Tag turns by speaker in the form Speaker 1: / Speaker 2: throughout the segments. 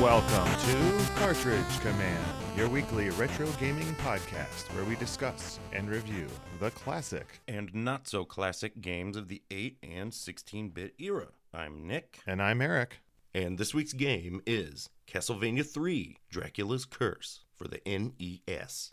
Speaker 1: Welcome to Cartridge Command, your weekly retro gaming podcast where we discuss and review the classic.
Speaker 2: and not so classic games of the 8 and 16 bit era. I'm Nick,
Speaker 1: And I'm Eric.
Speaker 2: and this week's game is Castlevania 3 Dracula's Curse for the E NES.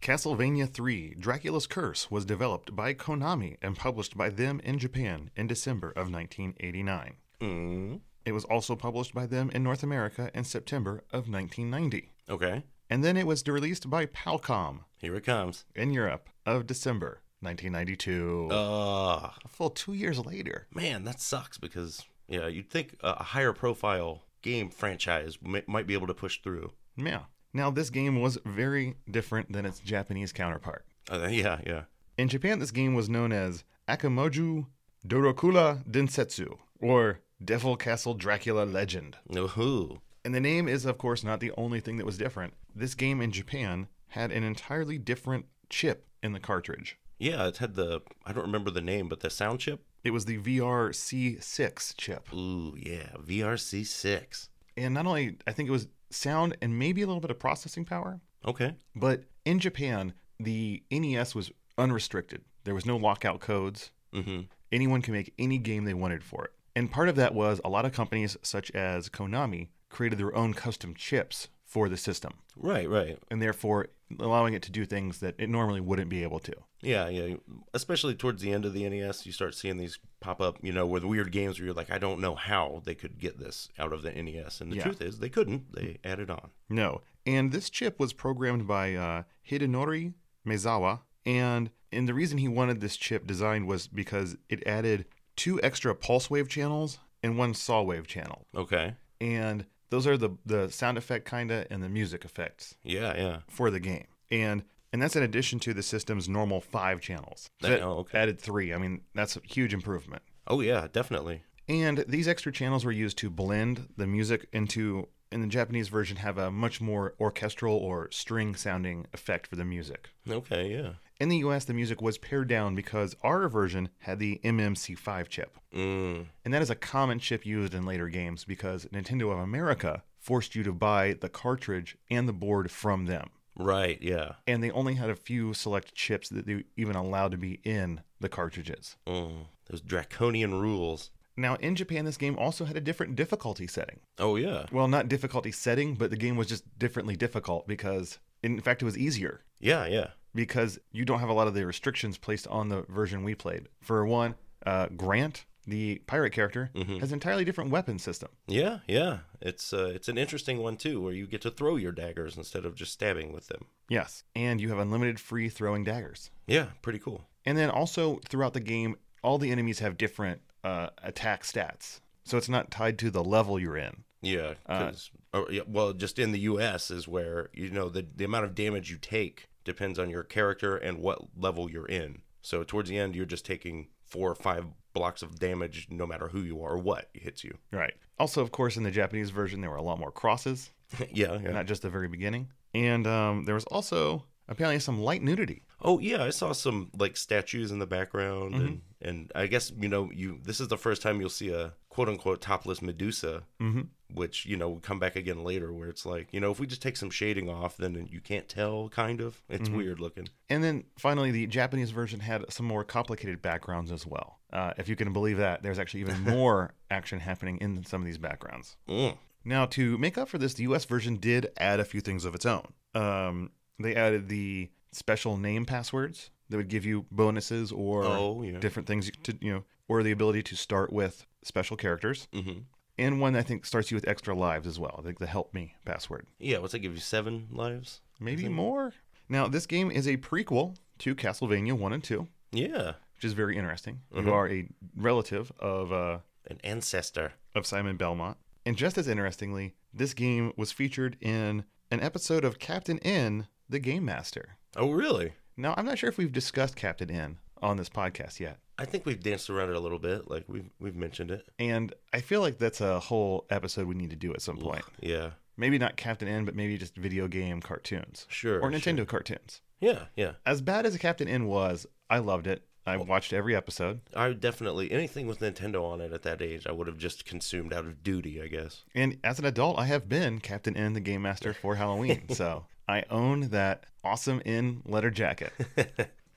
Speaker 1: Castlevania 3 Dracula's Curse was developed by Konami and published by them in Japan in December of 1989.
Speaker 2: Mm,
Speaker 1: It was also published by them in North America in September of 1990.
Speaker 2: okay,
Speaker 1: And then it was released by Palcom
Speaker 2: here it comes.
Speaker 1: in Europe of December 1992.
Speaker 2: Uh,
Speaker 1: a full two years later.
Speaker 2: man, that sucks because, yeah, you'd think a a higher profile game franchise mi- might be able to push through.
Speaker 1: Yeah. Now, this game was very different than its Japanese counterpart.
Speaker 2: Uh, yeah, yeah.
Speaker 1: In Japan, this game was known as Akamoju Dorokula Densetsu, or Devil Castle Dracula Legend.
Speaker 2: Ooh,
Speaker 1: And the name is, of course, not the only thing that was different. This game in Japan had an entirely different chip in the cartridge.
Speaker 2: yeah, it had the, I don't remember the name, but the sound chip?
Speaker 1: It was the VRC6 chip.
Speaker 2: Ooh, yeah, VRC6.
Speaker 1: And not only, I think it was sound and maybe a little bit of processing power,
Speaker 2: Okay.
Speaker 1: But in Japan, the NES was unrestricted. There was no lockout codes.
Speaker 2: hmm
Speaker 1: Anyone could make any game they wanted for it. And part of that was a lot of companies, such as Konami, created their own custom chips for the system,
Speaker 2: Right, right.
Speaker 1: and therefore allowing it to do things that it normally wouldn't be able to.
Speaker 2: Yeah, yeah. Especially towards the end of the NES, you start seeing these pop up, you know, with weird games where you're like, I don't know how they could get this out of the NES. And the
Speaker 1: Yeah.
Speaker 2: truth is, they couldn't. They added on.
Speaker 1: No. And this chip was programmed by uh, Hidenori Mezawa. And, and the reason he wanted this chip designed was because it added two extra pulse wave channels and one saw wave channel.
Speaker 2: Okay.
Speaker 1: and those are the the sound effect kinda and the music effects
Speaker 2: Yeah, yeah.
Speaker 1: for the game and and that's in addition to the system's normal five channels So
Speaker 2: That-
Speaker 1: that
Speaker 2: oh, okay.
Speaker 1: added three i mean that's a huge improvement
Speaker 2: Oh, yeah, definitely.
Speaker 1: and these extra channels were used to blend the music into in the japanese version have a much more orchestral or string sounding effect for the music
Speaker 2: Okay, yeah.
Speaker 1: in the us the music was pared down because our version had the mmc5 chip
Speaker 2: Mm.
Speaker 1: and that is a common chip used in later games because Nintendo of America forced you to buy the cartridge and the board from them.
Speaker 2: Right, yeah.
Speaker 1: And they only had a few select chips that they even allowed to be in the cartridges.
Speaker 2: Mm. Those draconian rules.
Speaker 1: Now, in Japan, this game also had a different difficulty setting.
Speaker 2: Oh, yeah.
Speaker 1: Well, not difficulty setting, but the game was just differently difficult because, in fact, it was easier
Speaker 2: Yeah, yeah.
Speaker 1: because you don't have a lot of the restrictions placed on the version we played. For one, uh, Grant, the pirate character, has an entirely different weapon system.
Speaker 2: Yeah, yeah. It's uh, it's an interesting one too, where you get to throw your daggers instead of just stabbing with them.
Speaker 1: Yes. And you have unlimited free throwing daggers.
Speaker 2: Yeah, pretty cool.
Speaker 1: And then also throughout the game, all the enemies have different uh, attack stats. So it's not tied to the level you're in.
Speaker 2: Yeah, 'cause- or, yeah, well, just in the U.S. is where you know the the amount of damage you take depends on your character and what level you're in. So towards the end, you're just taking four or five blocks of damage, no matter who you are or what hits you.
Speaker 1: Right. Also, of course, in the Japanese version, there were a lot more crosses,
Speaker 2: yeah, yeah.
Speaker 1: not just the very beginning. And um, there was also apparently some light nudity.
Speaker 2: Oh yeah, I saw some like statues in the background, and and I guess you know you this is the first time you'll see a quote unquote topless Medusa,
Speaker 1: Mhm.
Speaker 2: which you know will come back again later, where it's like you know if we just take some shading off, then you can't tell. Kind of, it's weird looking.
Speaker 1: And then finally, the Japanese version had some more complicated backgrounds as well. Uh, if you can believe that, there's actually even more action happening in some of these backgrounds.
Speaker 2: Mm.
Speaker 1: Now, to make up for this, the US version did add a few things of its own. Um, they added the special name passwords that would give you bonuses or
Speaker 2: Oh yeah.
Speaker 1: different things you- to, you know, or the ability to start with special characters.
Speaker 2: mm-hmm.
Speaker 1: And one I think starts you with extra lives as well. I think the help me password.
Speaker 2: Yeah, what's that give you? Seven lives?
Speaker 1: Maybe more. Now, this game is a prequel to Castlevania 1 and 2,
Speaker 2: Yeah.
Speaker 1: which is very interesting. You are a relative of uh,
Speaker 2: An ancestor.
Speaker 1: of Simon Belmont. And just as interestingly, this game was featured in an episode of Captain N, the Game Master.
Speaker 2: Oh, really?
Speaker 1: Now, I'm not sure if we've discussed Captain N on this podcast yet.
Speaker 2: I think we've danced around it a little bit. Like we've we've mentioned it.
Speaker 1: And I feel like that's a whole episode we need to do at some point.
Speaker 2: Yeah.
Speaker 1: Maybe not Captain N, but maybe just video game cartoons
Speaker 2: Sure.
Speaker 1: or
Speaker 2: sure.
Speaker 1: Nintendo cartoons.
Speaker 2: Yeah. Yeah.
Speaker 1: As bad as Captain N was, I loved it. I
Speaker 2: Oh.
Speaker 1: watched every episode.
Speaker 2: I would definitely anything with Nintendo on it at that age, I would have just consumed out of duty, I guess.
Speaker 1: And as an adult, I have been Captain N, the Game Master for Halloween. so I own that awesome N letter jacket.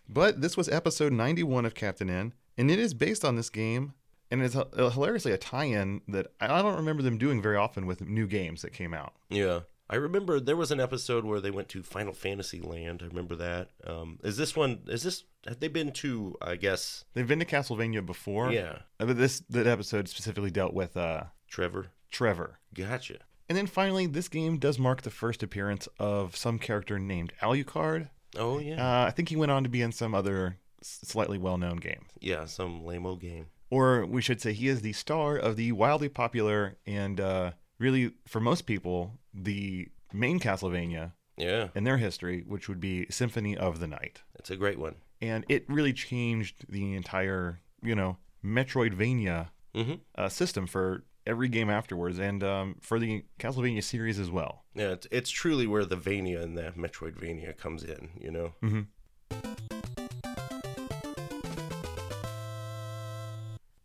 Speaker 1: but this was episode 91 of Captain N, and it is based on this game. And it's h- hilariously a tie in that I don't remember them doing very often with new games that came out.
Speaker 2: Yeah. I remember there was an episode where they went to Final Fantasy Land. I remember that. Um, is this one? Is this? Have they been to? I guess.
Speaker 1: They've been to Castlevania before.
Speaker 2: Yeah.
Speaker 1: Uh, But this that episode specifically dealt with uh,
Speaker 2: Trevor.
Speaker 1: Trevor.
Speaker 2: Gotcha.
Speaker 1: And then finally, this game does mark the first appearance of some character named Alucard.
Speaker 2: Oh yeah.
Speaker 1: Uh, I think he went on to be in some other s- slightly well known game.
Speaker 2: yeah. Some lameo game.
Speaker 1: Or we should say he is the star of the wildly popular and uh, really, for most people, the main Castlevania
Speaker 2: Yeah.
Speaker 1: in their history, which would be Symphony of the Night.
Speaker 2: It's a great one.
Speaker 1: And it really changed the entire, you know, Metroidvania
Speaker 2: Mm-hmm.
Speaker 1: uh, system for every game afterwards and um, for the Castlevania series as well.
Speaker 2: Yeah. It's, it's truly where the Vania and the Metroidvania comes in. You know.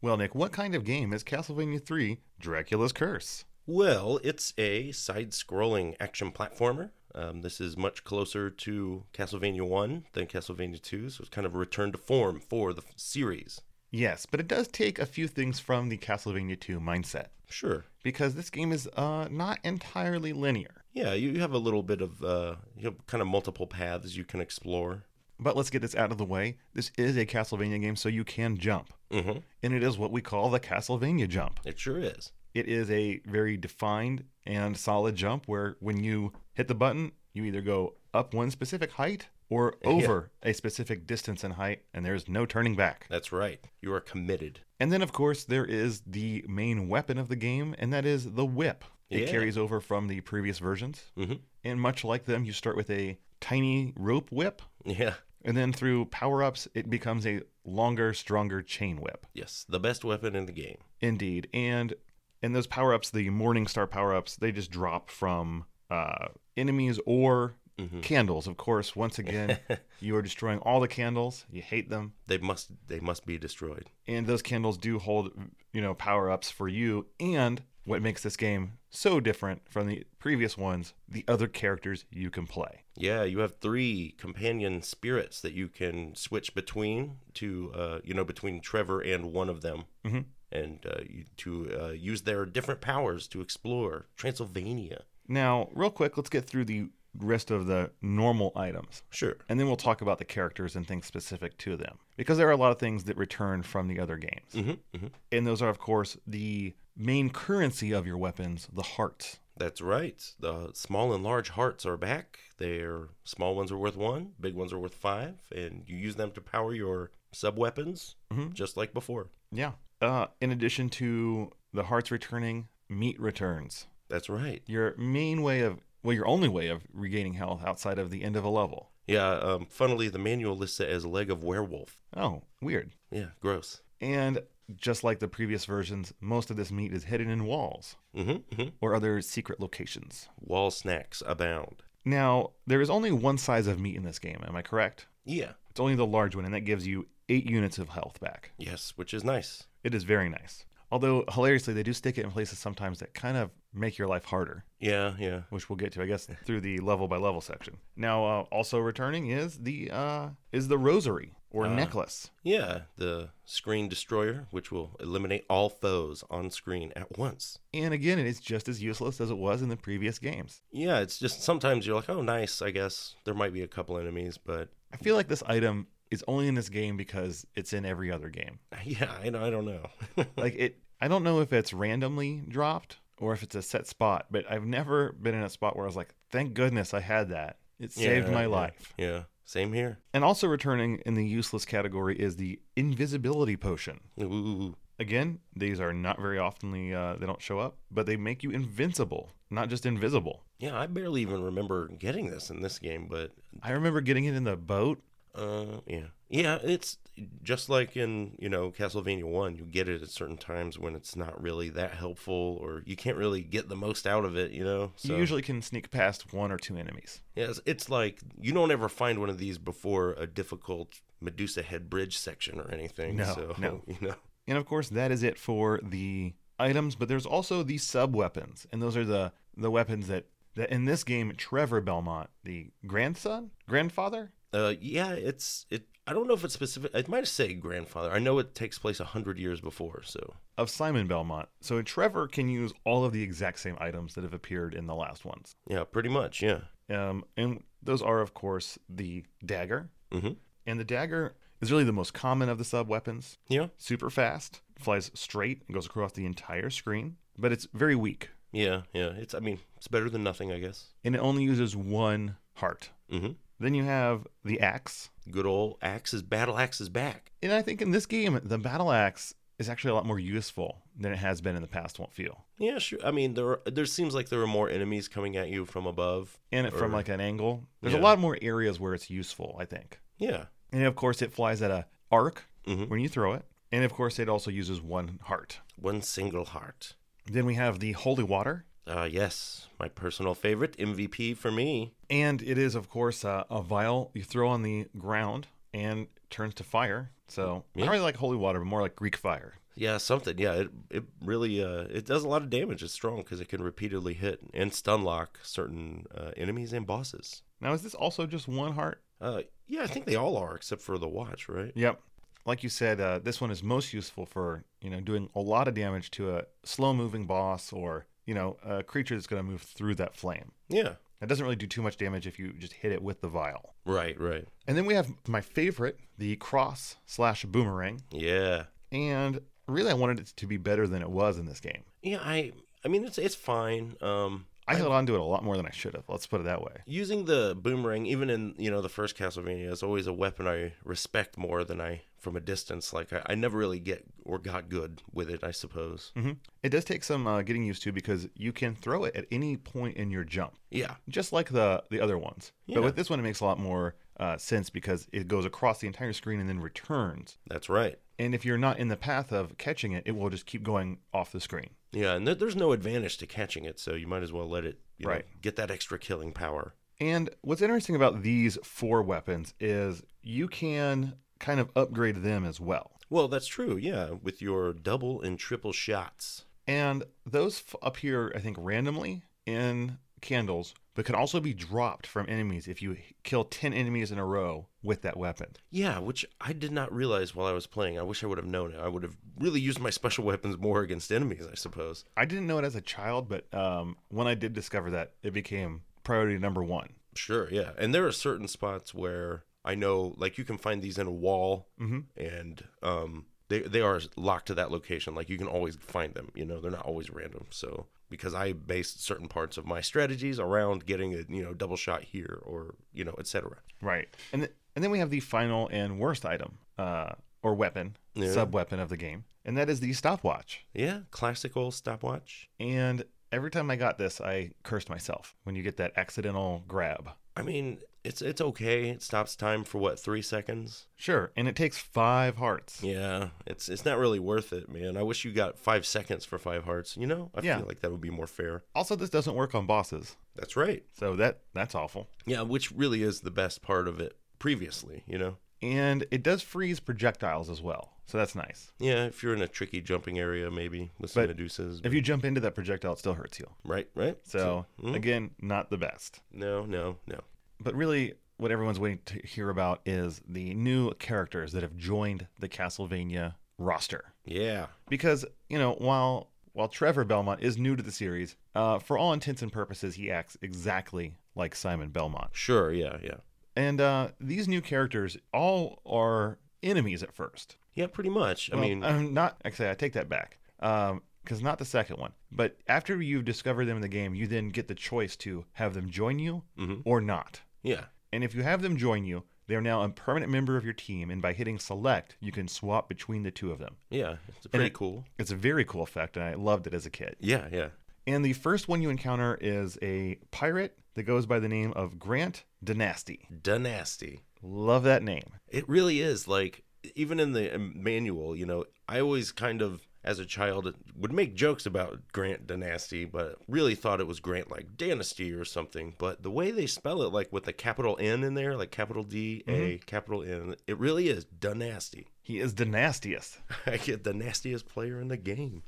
Speaker 1: Well, Nick, what kind of game is Castlevania 3 Dracula's Curse?
Speaker 2: Well, it's a side scrolling action platformer. Um, this is much closer to Castlevania 1 than Castlevania 2, so it's kind of a return to form for the f- series.
Speaker 1: Yes, but it does take a few things from the Castlevania 2 mindset
Speaker 2: Sure.
Speaker 1: because this game is uh, not entirely linear.
Speaker 2: Yeah, you you have a little bit of, uh, you have kind of multiple paths you can explore.
Speaker 1: But let's get this out of the way. This is a Castlevania game, so you can jump.
Speaker 2: Mm-hmm.
Speaker 1: And it is what we call the Castlevania jump.
Speaker 2: It sure is.
Speaker 1: It is a very defined and solid jump where when you hit the button, you either go up one specific height or over a specific distance in height, and there's no turning back.
Speaker 2: That's right. You are committed.
Speaker 1: And then, of course, there is the main weapon of the game, and that is the whip. It
Speaker 2: Yeah.
Speaker 1: carries over from the previous versions.
Speaker 2: Mm-hmm.
Speaker 1: And much like them, you start with a tiny rope whip,
Speaker 2: Yeah.
Speaker 1: and then through power ups, it becomes a longer, stronger chain whip.
Speaker 2: Yes. The best weapon in the game.
Speaker 1: Indeed. And and those power ups, the Morning Star power ups, they just drop from uh, enemies or
Speaker 2: Mhm.
Speaker 1: candles. Of course, once again, you are destroying all the candles. You hate them.
Speaker 2: They must. They must be destroyed.
Speaker 1: and those candles do hold you know power ups for you and what makes this game so different from the previous ones the other characters you can play
Speaker 2: Yeah, you have three companion spirits that you can switch between to, uh, you know, between Trevor and one of them,
Speaker 1: Mhm.
Speaker 2: and uh, you, to uh, use their different powers to explore Transylvania.
Speaker 1: now real quick let's get through the rest of the normal items
Speaker 2: Sure.
Speaker 1: and then we'll talk about the characters and things specific to them because there are a lot of things that return from the other games
Speaker 2: hmm hmm
Speaker 1: and those are of course the main currency of your weapons the hearts
Speaker 2: That's right. The small and large hearts are back. Their small ones are worth one, big ones are worth five, and you use them to power your sub weapons,
Speaker 1: Mhm.
Speaker 2: just like before.
Speaker 1: yeah uh, in addition to the hearts returning meat returns
Speaker 2: That's right.
Speaker 1: your main way of well your only way of regaining health outside of the end of a level
Speaker 2: Yeah. Um, funnily, the manual lists it as leg of werewolf.
Speaker 1: oh weird
Speaker 2: Yeah. Gross.
Speaker 1: and just like the previous versions most of this meat is hidden in walls
Speaker 2: hmm hmm
Speaker 1: or other secret locations
Speaker 2: Wall snacks abound.
Speaker 1: now there is only one size of meat in this game am i correct
Speaker 2: Yeah.
Speaker 1: it's only the large one and that gives you eight units of health back
Speaker 2: Yes, which is nice.
Speaker 1: it is very nice although hilariously they do stick it in places sometimes that kind of make your life harder
Speaker 2: Yeah, yeah.
Speaker 1: which we'll get to i guess through the level by level section now uh, also returning is the uh, is the rosary or
Speaker 2: Ah.
Speaker 1: necklace
Speaker 2: Yeah, the screen destroyer, which will eliminate all foes on screen at once.
Speaker 1: And again, it is just as useless as it was in the previous games.
Speaker 2: Yeah, it's just sometimes you're like, oh, nice, I guess. There might be a couple enemies, but
Speaker 1: I feel like this item is only in this game because it's in every other game.
Speaker 2: yeah, I, don't- I don't know.
Speaker 1: Like it I don't know if it's randomly dropped or if it's a set spot, but I've never been in a spot where I was like, "Thank goodness I had that. It saved
Speaker 2: Yeah,
Speaker 1: my
Speaker 2: yeah,
Speaker 1: life."
Speaker 2: Yeah, same here.
Speaker 1: And also returning in the useless category is the invisibility potion.
Speaker 2: Ooh,
Speaker 1: Again, these are not very oftenly uh, they don't show up, but they make you invincible, not just invisible.
Speaker 2: yeah, I barely even remember getting this in this game, but
Speaker 1: I remember getting it in the boat
Speaker 2: Uh, yeah, yeah. It's just like in you know Castlevania One. You get it at certain times when it's not really that helpful, or you can't really get the most out of it. You know,
Speaker 1: You usually can sneak past one or two enemies.
Speaker 2: yeah, it's, it's like you don't ever find one of these before a difficult Medusa head bridge section or anything.
Speaker 1: No,
Speaker 2: so,
Speaker 1: no.
Speaker 2: you know,
Speaker 1: And of course, that is it for the items, but there's also the sub weapons. And those are the, the weapons that, that in this game, Trevor Belmont, the grandson, grandfather,
Speaker 2: uh, yeah, it's it. I don't know if it's specific. It might say grandfather. I know it takes place a hundred years before, so
Speaker 1: of Simon Belmont. So Trevor can use all of the exact same items that have appeared in the last ones.
Speaker 2: yeah, pretty much, yeah.
Speaker 1: Um, and those are, of course, the dagger.
Speaker 2: Mm-hmm.
Speaker 1: And the dagger is really the most common of the sub weapons.
Speaker 2: Yeah,
Speaker 1: Super fast, flies straight, and goes across the entire screen, but it's very weak.
Speaker 2: yeah, yeah. It's. I mean, it's better than nothing, I guess.
Speaker 1: And it only uses one heart.
Speaker 2: Mm-hmm.
Speaker 1: Then you have the axe.
Speaker 2: good old axe is battle axe is back.
Speaker 1: And I think in this game, the battle axe is actually a lot more useful than it has been in the past, won't feel.
Speaker 2: Yeah, sure. I mean, there are, there seems like there are more enemies coming at you from above.
Speaker 1: And it from
Speaker 2: Or-
Speaker 1: like an angle, there's a
Speaker 2: Yeah.
Speaker 1: lot more areas where it's useful, I think.
Speaker 2: Yeah,
Speaker 1: And of course, it flies at a arc
Speaker 2: Mhm.
Speaker 1: when you throw it. And of course, it also uses one heart.
Speaker 2: one single heart.
Speaker 1: Then we have the holy water,
Speaker 2: Uh, yes, my personal favorite MVP for me.
Speaker 1: and it is of course uh, a vial you throw on the ground and turns to fire. So I
Speaker 2: Yeah.
Speaker 1: don't really like holy water, but more like Greek fire.
Speaker 2: Yeah, something. Yeah, it it really uh it does a lot of damage. It's strong because it can repeatedly hit and stun lock certain uh, enemies and bosses.
Speaker 1: Now, is this also just one heart?
Speaker 2: Uh, yeah, I think they all are except for the watch, right?
Speaker 1: Yep. Like you said, uh, this one is most useful for you know doing a lot of damage to a slow-moving boss or you know a creature that's going to move through that flame.
Speaker 2: Yeah.
Speaker 1: It doesn't really do too much damage if you just hit it with the vial.
Speaker 2: Right. Right.
Speaker 1: And then we have my favorite, the cross slash boomerang.
Speaker 2: Yeah.
Speaker 1: And really, I wanted it to be better than it was in this game.
Speaker 2: Yeah. I. I mean, it's it's fine. Um,
Speaker 1: I held on to it a lot more than I should have. Let's put it that way.
Speaker 2: using the boomerang even in you know the first castlevania is always a weapon i respect more than i from a distance like i, I never really get or got good with it i suppose
Speaker 1: hmm It does take some uh, getting used to because you can throw it at any point in your jump,
Speaker 2: yeah
Speaker 1: just like the the other ones.
Speaker 2: Yeah.
Speaker 1: But with this one, it makes a lot more uh, sense because it goes across the entire screen and then returns.
Speaker 2: that's right
Speaker 1: And if you're not in the path of catching it, it will just keep going off the screen.
Speaker 2: yeah and there there's no advantage to catching it so you might as well let it you know,
Speaker 1: Right.
Speaker 2: get that extra killing power
Speaker 1: And what's interesting about these four weapons is you can kind of upgrade them as well.
Speaker 2: well that's true yeah with your double and triple shots
Speaker 1: And those f- appear, I think, randomly in candles, but can also be dropped from enemies if you h- kill 10 enemies in a row with that weapon.
Speaker 2: yeah which i did not realize while i was playing i wish i would have known it i would have really used my special weapons more against enemies i suppose
Speaker 1: I didn't know it as a child, but um, when I did discover that, it became priority number one.
Speaker 2: Sure, yeah. And there are certain spots where I know like you can find these in a wall
Speaker 1: Mhm.
Speaker 2: and um they they are locked to that location. Like you can always find them, you know, they're not always random. So because I based certain parts of my strategies around getting a, you know, double shot here or, you know, etc.
Speaker 1: Right. And, th- and then we have the final and worst item uh, or weapon,
Speaker 2: Yeah.
Speaker 1: sub weapon of the game, and that is the stopwatch.
Speaker 2: Yeah, classical stopwatch.
Speaker 1: And every time I got this, I cursed myself when you get that accidental grab.
Speaker 2: I mean, it's it's okay. It stops time for what, 3 seconds?
Speaker 1: Sure. And it takes five hearts.
Speaker 2: Yeah, it's it's not really worth it, man. I wish you got 5 seconds for 5 hearts, you know? I
Speaker 1: Yeah.
Speaker 2: feel like that would be more fair.
Speaker 1: Also, this doesn't work on bosses.
Speaker 2: That's right.
Speaker 1: So that that's awful.
Speaker 2: Yeah, which really is the best part of it previously, you know?
Speaker 1: And it does freeze projectiles as well. So that's nice.
Speaker 2: Yeah, if you're in a tricky jumping area, maybe with some
Speaker 1: But
Speaker 2: Medusas.
Speaker 1: If you jump into that projectile, it still hurts you.
Speaker 2: right, right?
Speaker 1: So
Speaker 2: mm,
Speaker 1: again, not the best.
Speaker 2: no, no, no.
Speaker 1: But really what everyone's waiting to hear about is the new characters that have joined the Castlevania roster.
Speaker 2: Yeah,
Speaker 1: Because, you know, while while Trevor Belmont is new to the series, uh, for all intents and purposes, he acts exactly like Simon Belmont.
Speaker 2: sure, yeah, yeah.
Speaker 1: And uh, these new characters all are enemies at first.
Speaker 2: Yeah, pretty much. I
Speaker 1: Well,
Speaker 2: mean,
Speaker 1: I'm not actually. I take that back. Um, because not the second one, but after you've discovered them in the game, you then get the choice to have them join you
Speaker 2: Mhm.
Speaker 1: or not.
Speaker 2: yeah,
Speaker 1: And if you have them join you, they are now a permanent member of your team, and by hitting select, you can swap between the two of them.
Speaker 2: yeah. It's pretty
Speaker 1: it-
Speaker 2: cool.
Speaker 1: It's a very cool effect, and I loved it as a kid.
Speaker 2: Yeah, yeah.
Speaker 1: And the first one you encounter is a pirate that goes by the name of Grant Dynasty.
Speaker 2: Dynasty.
Speaker 1: Love that name.
Speaker 2: It really is like even in the um, manual, you know, I always kind of as a child would make jokes about Grant Dynasty, but really thought it was Grant like Dynasty or something. But the way they spell it, like with the capital N in there, like capital D A capital N, it really is Dynasty.
Speaker 1: He is the nastiest.
Speaker 2: I get the nastiest player in the game.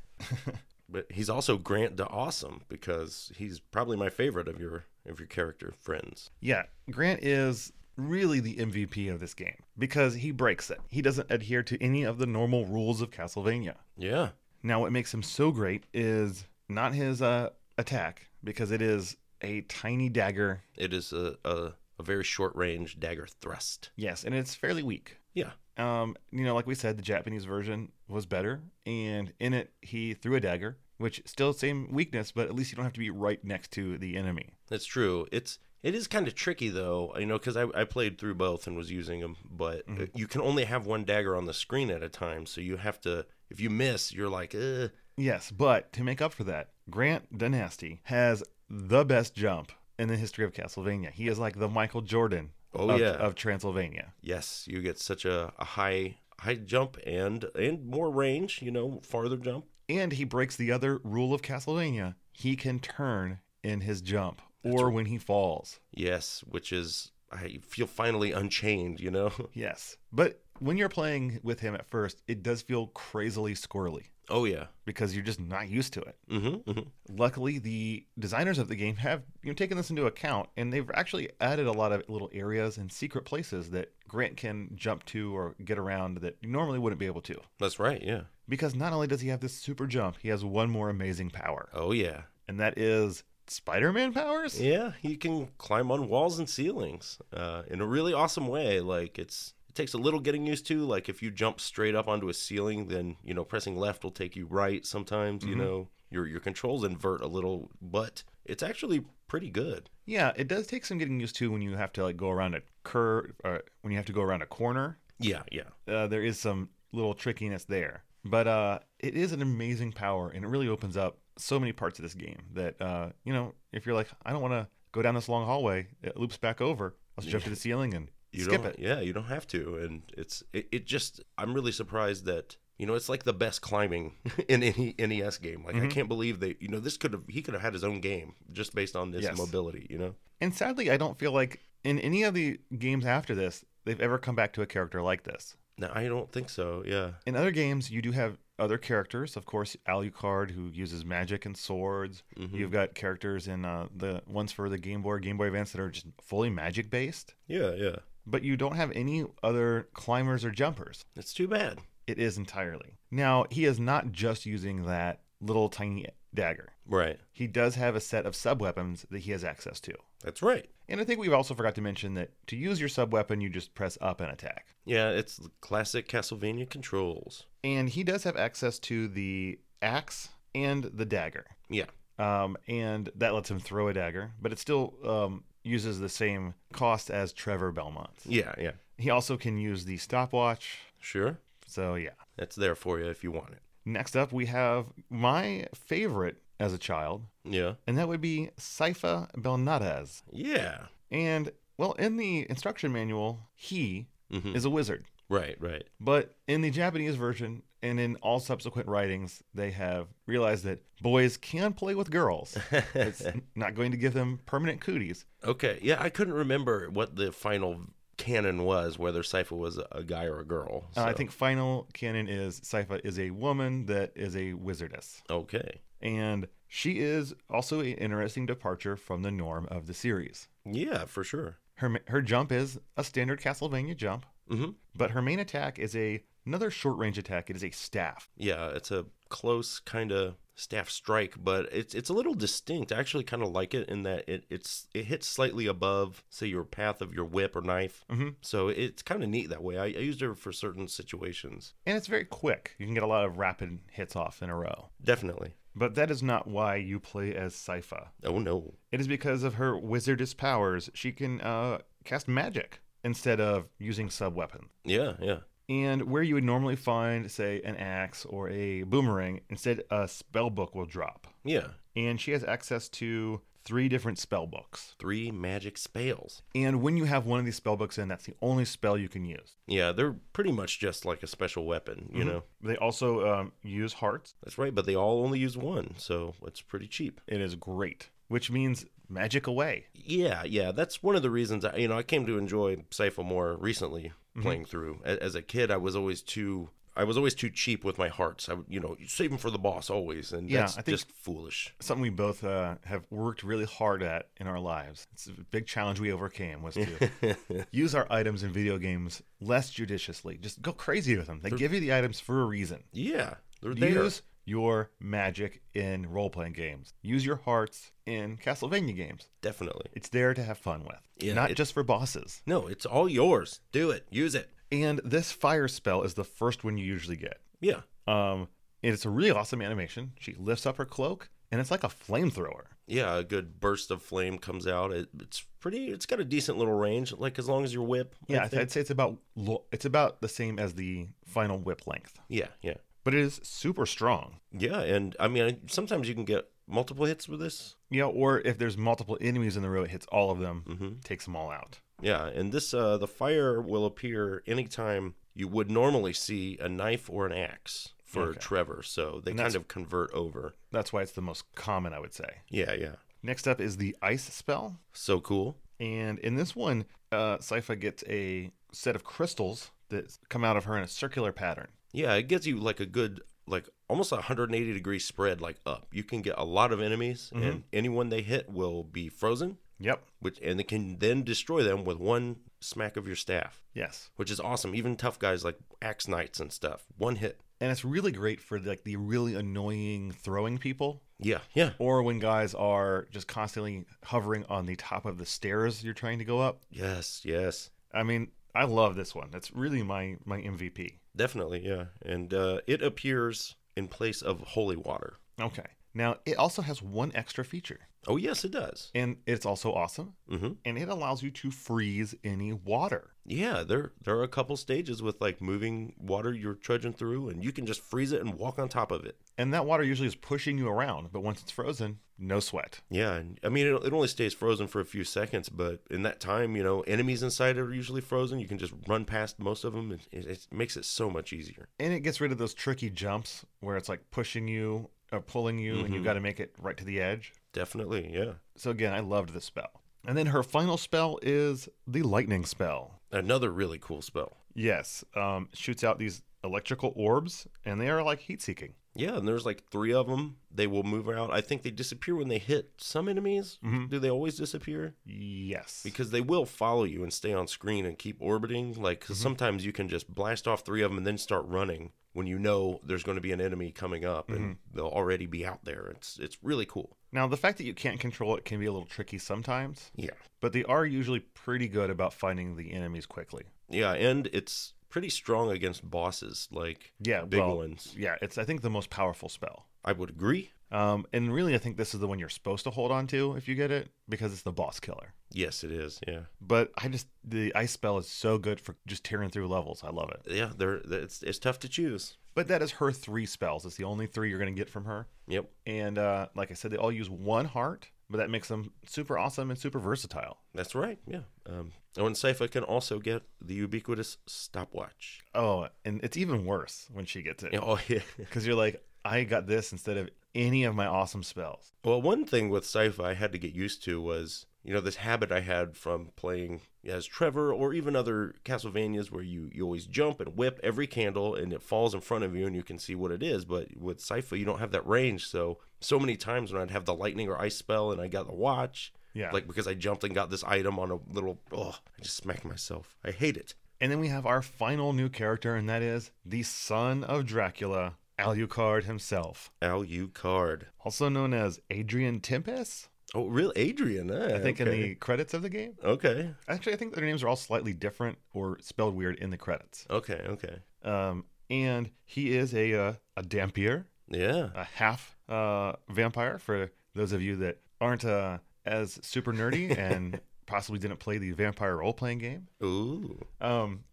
Speaker 2: but he's also Grant the Awesome because he's probably my favorite of your of your character friends.
Speaker 1: Yeah, Grant is really the MVP of this game because he breaks it. He doesn't adhere to any of the normal rules of Castlevania.
Speaker 2: Yeah.
Speaker 1: Now, what makes him so great is not his uh, attack, because it is a tiny dagger.
Speaker 2: It is a, a, a very short range dagger thrust.
Speaker 1: Yes, and it's fairly weak.
Speaker 2: Yeah.
Speaker 1: Um, you know, like we said, the Japanese version was better, and in it, he threw a dagger, which still same weakness, but at least you don't have to be right next to the enemy.
Speaker 2: That's true. It's it is kind of tricky though, you know, because I, I played through both and was using them, but uh, you can only have one dagger on the screen at a time, so you have to. If you miss, you're like, uh,
Speaker 1: Yes, but to make up for that, Grant Dynasty has the best jump in the history of Castlevania. He is like the Michael Jordan
Speaker 2: Oh,
Speaker 1: of,
Speaker 2: yeah.
Speaker 1: of Transylvania.
Speaker 2: yes, you get such a, a high high jump and and more range, you know, farther jump.
Speaker 1: And he breaks the other rule of Castlevania. He can turn in his jump or when he falls.
Speaker 2: Yes, which is I feel finally unchained, you know.
Speaker 1: Yes. But when you're playing with him at first, it does feel crazily squirrely
Speaker 2: oh yeah.
Speaker 1: because you're just not used to it.
Speaker 2: Mm-hmm, mm-hmm.
Speaker 1: Luckily, the designers of the game have you know, taken this into account and they've actually added a lot of little areas and secret places that Grant can jump to or get around that you normally wouldn't be able to.
Speaker 2: That's right. Yeah.
Speaker 1: Because not only does he have this super jump, he has one more amazing power,
Speaker 2: Oh yeah.
Speaker 1: and that is Spider Man powers?
Speaker 2: Yeah, you can climb on walls and ceilings uh, in a really awesome way. Like it's it takes a little getting used to. Like if you jump straight up onto a ceiling, then you know pressing left will take you right. Sometimes
Speaker 1: Mm-hmm.
Speaker 2: you know your your controls invert a little, but it's actually pretty good.
Speaker 1: Yeah, it does take some getting used to when you have to like go around a curve, uh, when you have to go around a corner.
Speaker 2: Yeah, yeah,
Speaker 1: Uh, there is some little trickiness there, but uh, it is an amazing power, and it really opens up so many parts of this game that uh, you know, if you're like, I don't want to go down this long hallway, it loops back over. I'll just jump to the ceiling and
Speaker 2: you
Speaker 1: skip
Speaker 2: don't,
Speaker 1: it.
Speaker 2: Yeah, you don't have to, and it's it, it just I'm really surprised that you know it's like the best climbing in any NES game.
Speaker 1: Mm-hmm.
Speaker 2: Like I can't believe they you know this could have he could have had his own game just based on this
Speaker 1: Yes.
Speaker 2: mobility. You know.
Speaker 1: And sadly, I don't feel like in any of the games after this, they've ever come back to a character like this.
Speaker 2: No, I don't think so. Yeah.
Speaker 1: In other games, you do have other characters. Of course, Alucard, who uses magic and swords.
Speaker 2: Mm-hmm.
Speaker 1: You've got characters in uh, the ones for the Game Boy, Game Boy Advance that are just fully magic based.
Speaker 2: Yeah, yeah.
Speaker 1: But you don't have any other climbers or jumpers.
Speaker 2: It's too bad.
Speaker 1: It is entirely. Now, he is not just using that little tiny dagger.
Speaker 2: Right.
Speaker 1: He does have a set of sub weapons that he has access to.
Speaker 2: That's right.
Speaker 1: And I think we've also forgot to mention that to use your sub weapon, you just press up and attack.
Speaker 2: Yeah, it's the classic Castlevania controls.
Speaker 1: And he does have access to the axe and the dagger.
Speaker 2: Yeah.
Speaker 1: um, and that lets him throw a dagger, but it still um, uses the same cost as Trevor Belmont's.
Speaker 2: Yeah, yeah.
Speaker 1: He also can use the stopwatch,
Speaker 2: Sure.
Speaker 1: so yeah.
Speaker 2: It's there for you if you want it.
Speaker 1: Next up, we have my favorite as a child,
Speaker 2: Yeah.
Speaker 1: and that would be Saifa Belnades.
Speaker 2: Yeah.
Speaker 1: And well, in the instruction manual, he
Speaker 2: Mhm.
Speaker 1: is a wizard,
Speaker 2: Right, right.
Speaker 1: but in the Japanese version and in all subsequent writings, they have realized that boys can play with girls. it's not going to give them permanent cooties.
Speaker 2: Okay. Yeah, I couldn't remember what the final canon was, whether Sypha was a- a guy or a girl.
Speaker 1: Uh, I
Speaker 2: so-
Speaker 1: think final canon is Sypha is a woman that is a wizardess.
Speaker 2: Okay.
Speaker 1: And she is also an interesting departure from the norm of the series.
Speaker 2: Yeah, for sure.
Speaker 1: Her, ma- her jump is a standard Castlevania jump,
Speaker 2: hmm
Speaker 1: but her main attack is a another short range attack. It is a staff.
Speaker 2: Yeah, it's a close kind of staff strike, but it's it's a little distinct. I actually kind of like it in that it it's it hits slightly above, say, your path of your whip or knife.
Speaker 1: Mhm.
Speaker 2: So it's kind of neat that way. I, I used it for certain situations,
Speaker 1: And it's very quick. You can get a lot of rapid hits off in a row.
Speaker 2: definitely.
Speaker 1: But that is not why you play as Sypha.
Speaker 2: Oh no,
Speaker 1: It is because of her wizardess powers. She can uh, cast magic instead of using sub weapons.
Speaker 2: yeah, yeah,
Speaker 1: And where you would normally find, say, an axe or a boomerang, instead a spell book will drop.
Speaker 2: yeah.
Speaker 1: And she has access to three different spell books.
Speaker 2: Three magic spells.
Speaker 1: And when you have one of these spell books in, that's the only spell you can use.
Speaker 2: Yeah, they're pretty much just like a special weapon,
Speaker 1: Mm-hmm.
Speaker 2: you know?
Speaker 1: They also um, use hearts.
Speaker 2: That's right, but they all only use one, so it's pretty cheap.
Speaker 1: It is great, which means magic away.
Speaker 2: Yeah, yeah, that's one of the reasons I, you know I came to enjoy Sypha more recently
Speaker 1: Mm-hmm.
Speaker 2: playing through. A- As a kid, I was always too I was always too cheap with my hearts. I would- you know you save them for the boss always, and
Speaker 1: Yeah,
Speaker 2: that's
Speaker 1: I think-
Speaker 2: just foolish.
Speaker 1: Something we both uh, have worked really hard at in our lives. It's a big challenge we overcame was to use our items in video games less judiciously. Just go crazy with them. They give you the items for a reason.
Speaker 2: Yeah, they're there.
Speaker 1: Use your magic in role playing games. Use your hearts in Castlevania games.
Speaker 2: Definitely.
Speaker 1: It's there to have fun with,
Speaker 2: Yeah,
Speaker 1: not
Speaker 2: it-
Speaker 1: just for bosses.
Speaker 2: No, it's all yours. Do it. Use it.
Speaker 1: And this fire spell is the first one you usually get.
Speaker 2: Yeah.
Speaker 1: Um, and it's a really awesome animation. She lifts up her cloak, and it's like a flamethrower.
Speaker 2: Yeah, a good burst of flame comes out. It, it's pretty. It's got a decent little range. Like as long as your whip. I
Speaker 1: Yeah, I'd,
Speaker 2: think.
Speaker 1: I'd say it's about lo- it's about the same as the final whip length,
Speaker 2: yeah, yeah,
Speaker 1: but it is super strong.
Speaker 2: yeah. And I mean, I- sometimes you can get multiple hits with this.
Speaker 1: Yeah, or if there's multiple enemies in the row, it hits all of them,
Speaker 2: Mm-hmm.
Speaker 1: takes them all out.
Speaker 2: Yeah, and this uh, the fire will appear anytime you would normally see a knife or an axe for Trevor. So they kind
Speaker 1: that's-
Speaker 2: of convert over.
Speaker 1: That's why it's the most common, I would say.
Speaker 2: Yeah, yeah.
Speaker 1: Next up is the ice spell,
Speaker 2: So cool.
Speaker 1: and in this one, uh, Sypha gets a set of crystals that come out of her in a circular pattern.
Speaker 2: Yeah, it gives you like a good like almost a 180 degree spread like up. You can get a lot of enemies and anyone they hit will be frozen,
Speaker 1: Yep.
Speaker 2: which and they can then destroy them with one smack of your staff,
Speaker 1: Yes.
Speaker 2: which is awesome. Even tough guys like axe knights and stuff. One hit.
Speaker 1: and it's really great for like the really annoying throwing people
Speaker 2: Yeah, yeah.
Speaker 1: or when guys are just constantly hovering on the top of the stairs you're trying to go up
Speaker 2: Yes, yes.
Speaker 1: i mean i love this one that's really my my mvp
Speaker 2: Definitely, yeah. And uh, it appears in place of holy water.
Speaker 1: okay now it also has one extra feature
Speaker 2: Oh, yes, it does.
Speaker 1: and it's also awesome
Speaker 2: Mhm.
Speaker 1: and it allows you to freeze any water
Speaker 2: Yeah, there there are a couple stages with like moving water you're trudging through, and you can just freeze it and walk on top of it.
Speaker 1: and that water usually is pushing you around but once it's frozen no sweat
Speaker 2: Yeah, and I mean it, it only stays frozen for a few seconds, but in that time, you know, enemies inside are usually frozen. You can just run past most of them. It, it, it makes it so much easier.
Speaker 1: and it gets rid of those tricky jumps where it's like pushing you or pulling you and you've got to make it right to the edge
Speaker 2: Definitely, yeah.
Speaker 1: So again, I loved this spell. And then her final spell is the lightning spell.
Speaker 2: Another really cool spell.
Speaker 1: Yes, um, shoots out these electrical orbs, and they are like heat seeking.
Speaker 2: Yeah, and there's like three of them. They will move out. I think they disappear when they hit some enemies. Do they always disappear?
Speaker 1: Yes,
Speaker 2: Because they will follow you and stay on screen and keep orbiting. Like, 'cause sometimes you can just blast off three of them and then start running when you know there's going to be an enemy coming up and they'll already be out there. It's it's really cool.
Speaker 1: now the fact that you can't control it can be a little tricky sometimes,
Speaker 2: Yeah.
Speaker 1: but they are usually pretty good about finding the enemies quickly.
Speaker 2: Yeah, and it's pretty strong against bosses, like
Speaker 1: Yeah,
Speaker 2: big
Speaker 1: well,
Speaker 2: ones.
Speaker 1: Yeah, it's I think the most powerful spell.
Speaker 2: I would agree.
Speaker 1: Um, and really, I think this is the one you're supposed to hold on to if you get it because it's the boss killer.
Speaker 2: Yes, it is. Yeah,
Speaker 1: But I just the ice spell is so good for just tearing through levels. I love it.
Speaker 2: yeah. There, it's it's tough to choose.
Speaker 1: But that is her three spells. It's the only three you're going to get from her.
Speaker 2: Yep.
Speaker 1: And uh, like I said, they all use one heart, but that makes them super awesome and super versatile.
Speaker 2: That's right. Yeah. Um, oh, and Sypha can also get the ubiquitous stopwatch.
Speaker 1: Oh, and it's even worse when she gets it
Speaker 2: Yeah, Oh, yeah.
Speaker 1: because you're like, I got this instead of any of my awesome spells.
Speaker 2: Well, one thing with Sypha I had to get used to was, you know, this habit I had from playing as Trevor or even other Castlevanias where you, you always jump and whip every candle and it falls in front of you and you can see what it is. But with Sypha, you don't have that range. So, so many times when I'd have the lightning or ice spell and I got the watch,
Speaker 1: Yeah.
Speaker 2: like because I jumped and got this item on a little, oh, I just smacked myself. I hate it.
Speaker 1: And then we have our final new character, and that is the son of Dracula, Alucard himself,
Speaker 2: Alucard.
Speaker 1: also known as Adrian Tempest.
Speaker 2: Oh, real Adrian. eh,
Speaker 1: I think in
Speaker 2: okay.
Speaker 1: the credits of the game.
Speaker 2: Okay.
Speaker 1: Actually, I think their names are all slightly different or spelled weird in the credits.
Speaker 2: Okay. Okay.
Speaker 1: Um, and he is a uh, a dampier,
Speaker 2: Yeah.
Speaker 1: a half uh, vampire. For those of you that aren't uh, as super nerdy and possibly didn't play the vampire role playing game,
Speaker 2: Ooh.
Speaker 1: um,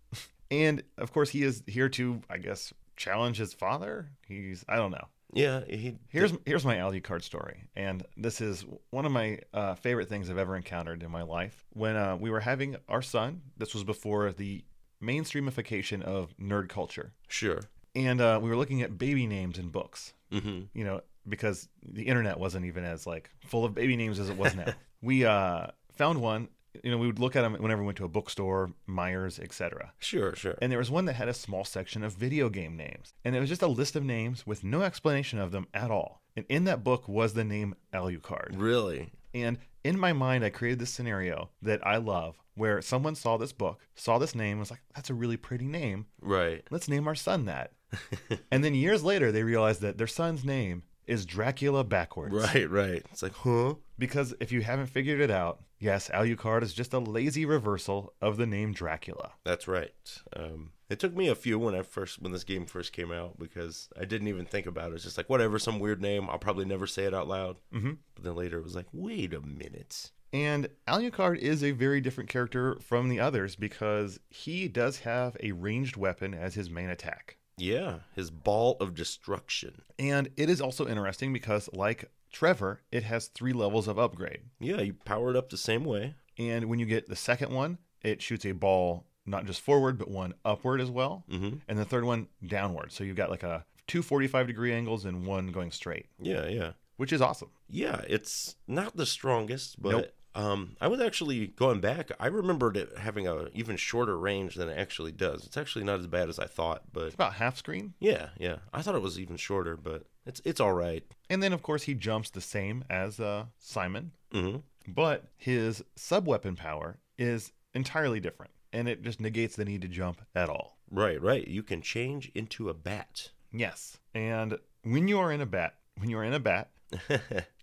Speaker 1: and of course he is here to, I guess, challenge his father. He's I don't know.
Speaker 2: Yeah, he
Speaker 1: Here's here's my Alucard story, and this is one of my uh, favorite things I've ever encountered in my life. When uh, we were having our son, this was before the mainstreamification of nerd culture,
Speaker 2: sure.
Speaker 1: and uh, we were looking at baby names in books.
Speaker 2: Mm-hmm.
Speaker 1: You know, because the internet wasn't even as like full of baby names as it was now. we uh, found one. You know, we would look at them whenever we went to a bookstore, Myers, etc.
Speaker 2: Sure, sure.
Speaker 1: And there was one that had a small section of video game names. And it was just a list of names with no explanation of them at all. And in that book was the name Alucard.
Speaker 2: really?
Speaker 1: And in my mind, I created this scenario that I love where someone saw this book, saw this name, was like, that's a really pretty name.
Speaker 2: Right.
Speaker 1: Let's name our son that. and then years later, they realized that their son's name is Dracula backwards.
Speaker 2: Right, right. It's like, huh?
Speaker 1: Because if you haven't figured it out, yes, Alucard is just a lazy reversal of the name Dracula.
Speaker 2: That's right. Um, it took me a few when I first when this game first came out because I didn't even think about it. It's just like whatever, some weird name. I'll probably never say it out loud.
Speaker 1: Mhm.
Speaker 2: But then later it was like, wait a minute.
Speaker 1: And Alucard is a very different character from the others because he does have a ranged weapon as his main attack.
Speaker 2: Yeah, his ball of destruction.
Speaker 1: And it is also interesting because, like Trevor, it has three levels of upgrade.
Speaker 2: Yeah, you power it up the same way.
Speaker 1: And when you get the second one, it shoots a ball not just forward, but one upward as well.
Speaker 2: Mm-hmm.
Speaker 1: And the third one downward. So you've got like a two 45 degree angles and one going straight,
Speaker 2: Yeah, yeah,
Speaker 1: which is awesome.
Speaker 2: yeah. It's not the strongest, but.
Speaker 1: Nope.
Speaker 2: Um, I was actually going back. I remembered it having a even shorter range than it actually does. It's actually not as bad as I thought, but
Speaker 1: It's about half screen.
Speaker 2: yeah, yeah. I thought it was even shorter, but it's it's all right.
Speaker 1: And then, of course, he jumps the same as uh, Simon.
Speaker 2: Mm-hmm.
Speaker 1: but his subweapon power is entirely different and it just negates the need to jump at all.
Speaker 2: Right, right. You can change into a bat.
Speaker 1: Yes. And when you are in a bat, when you are in a bat,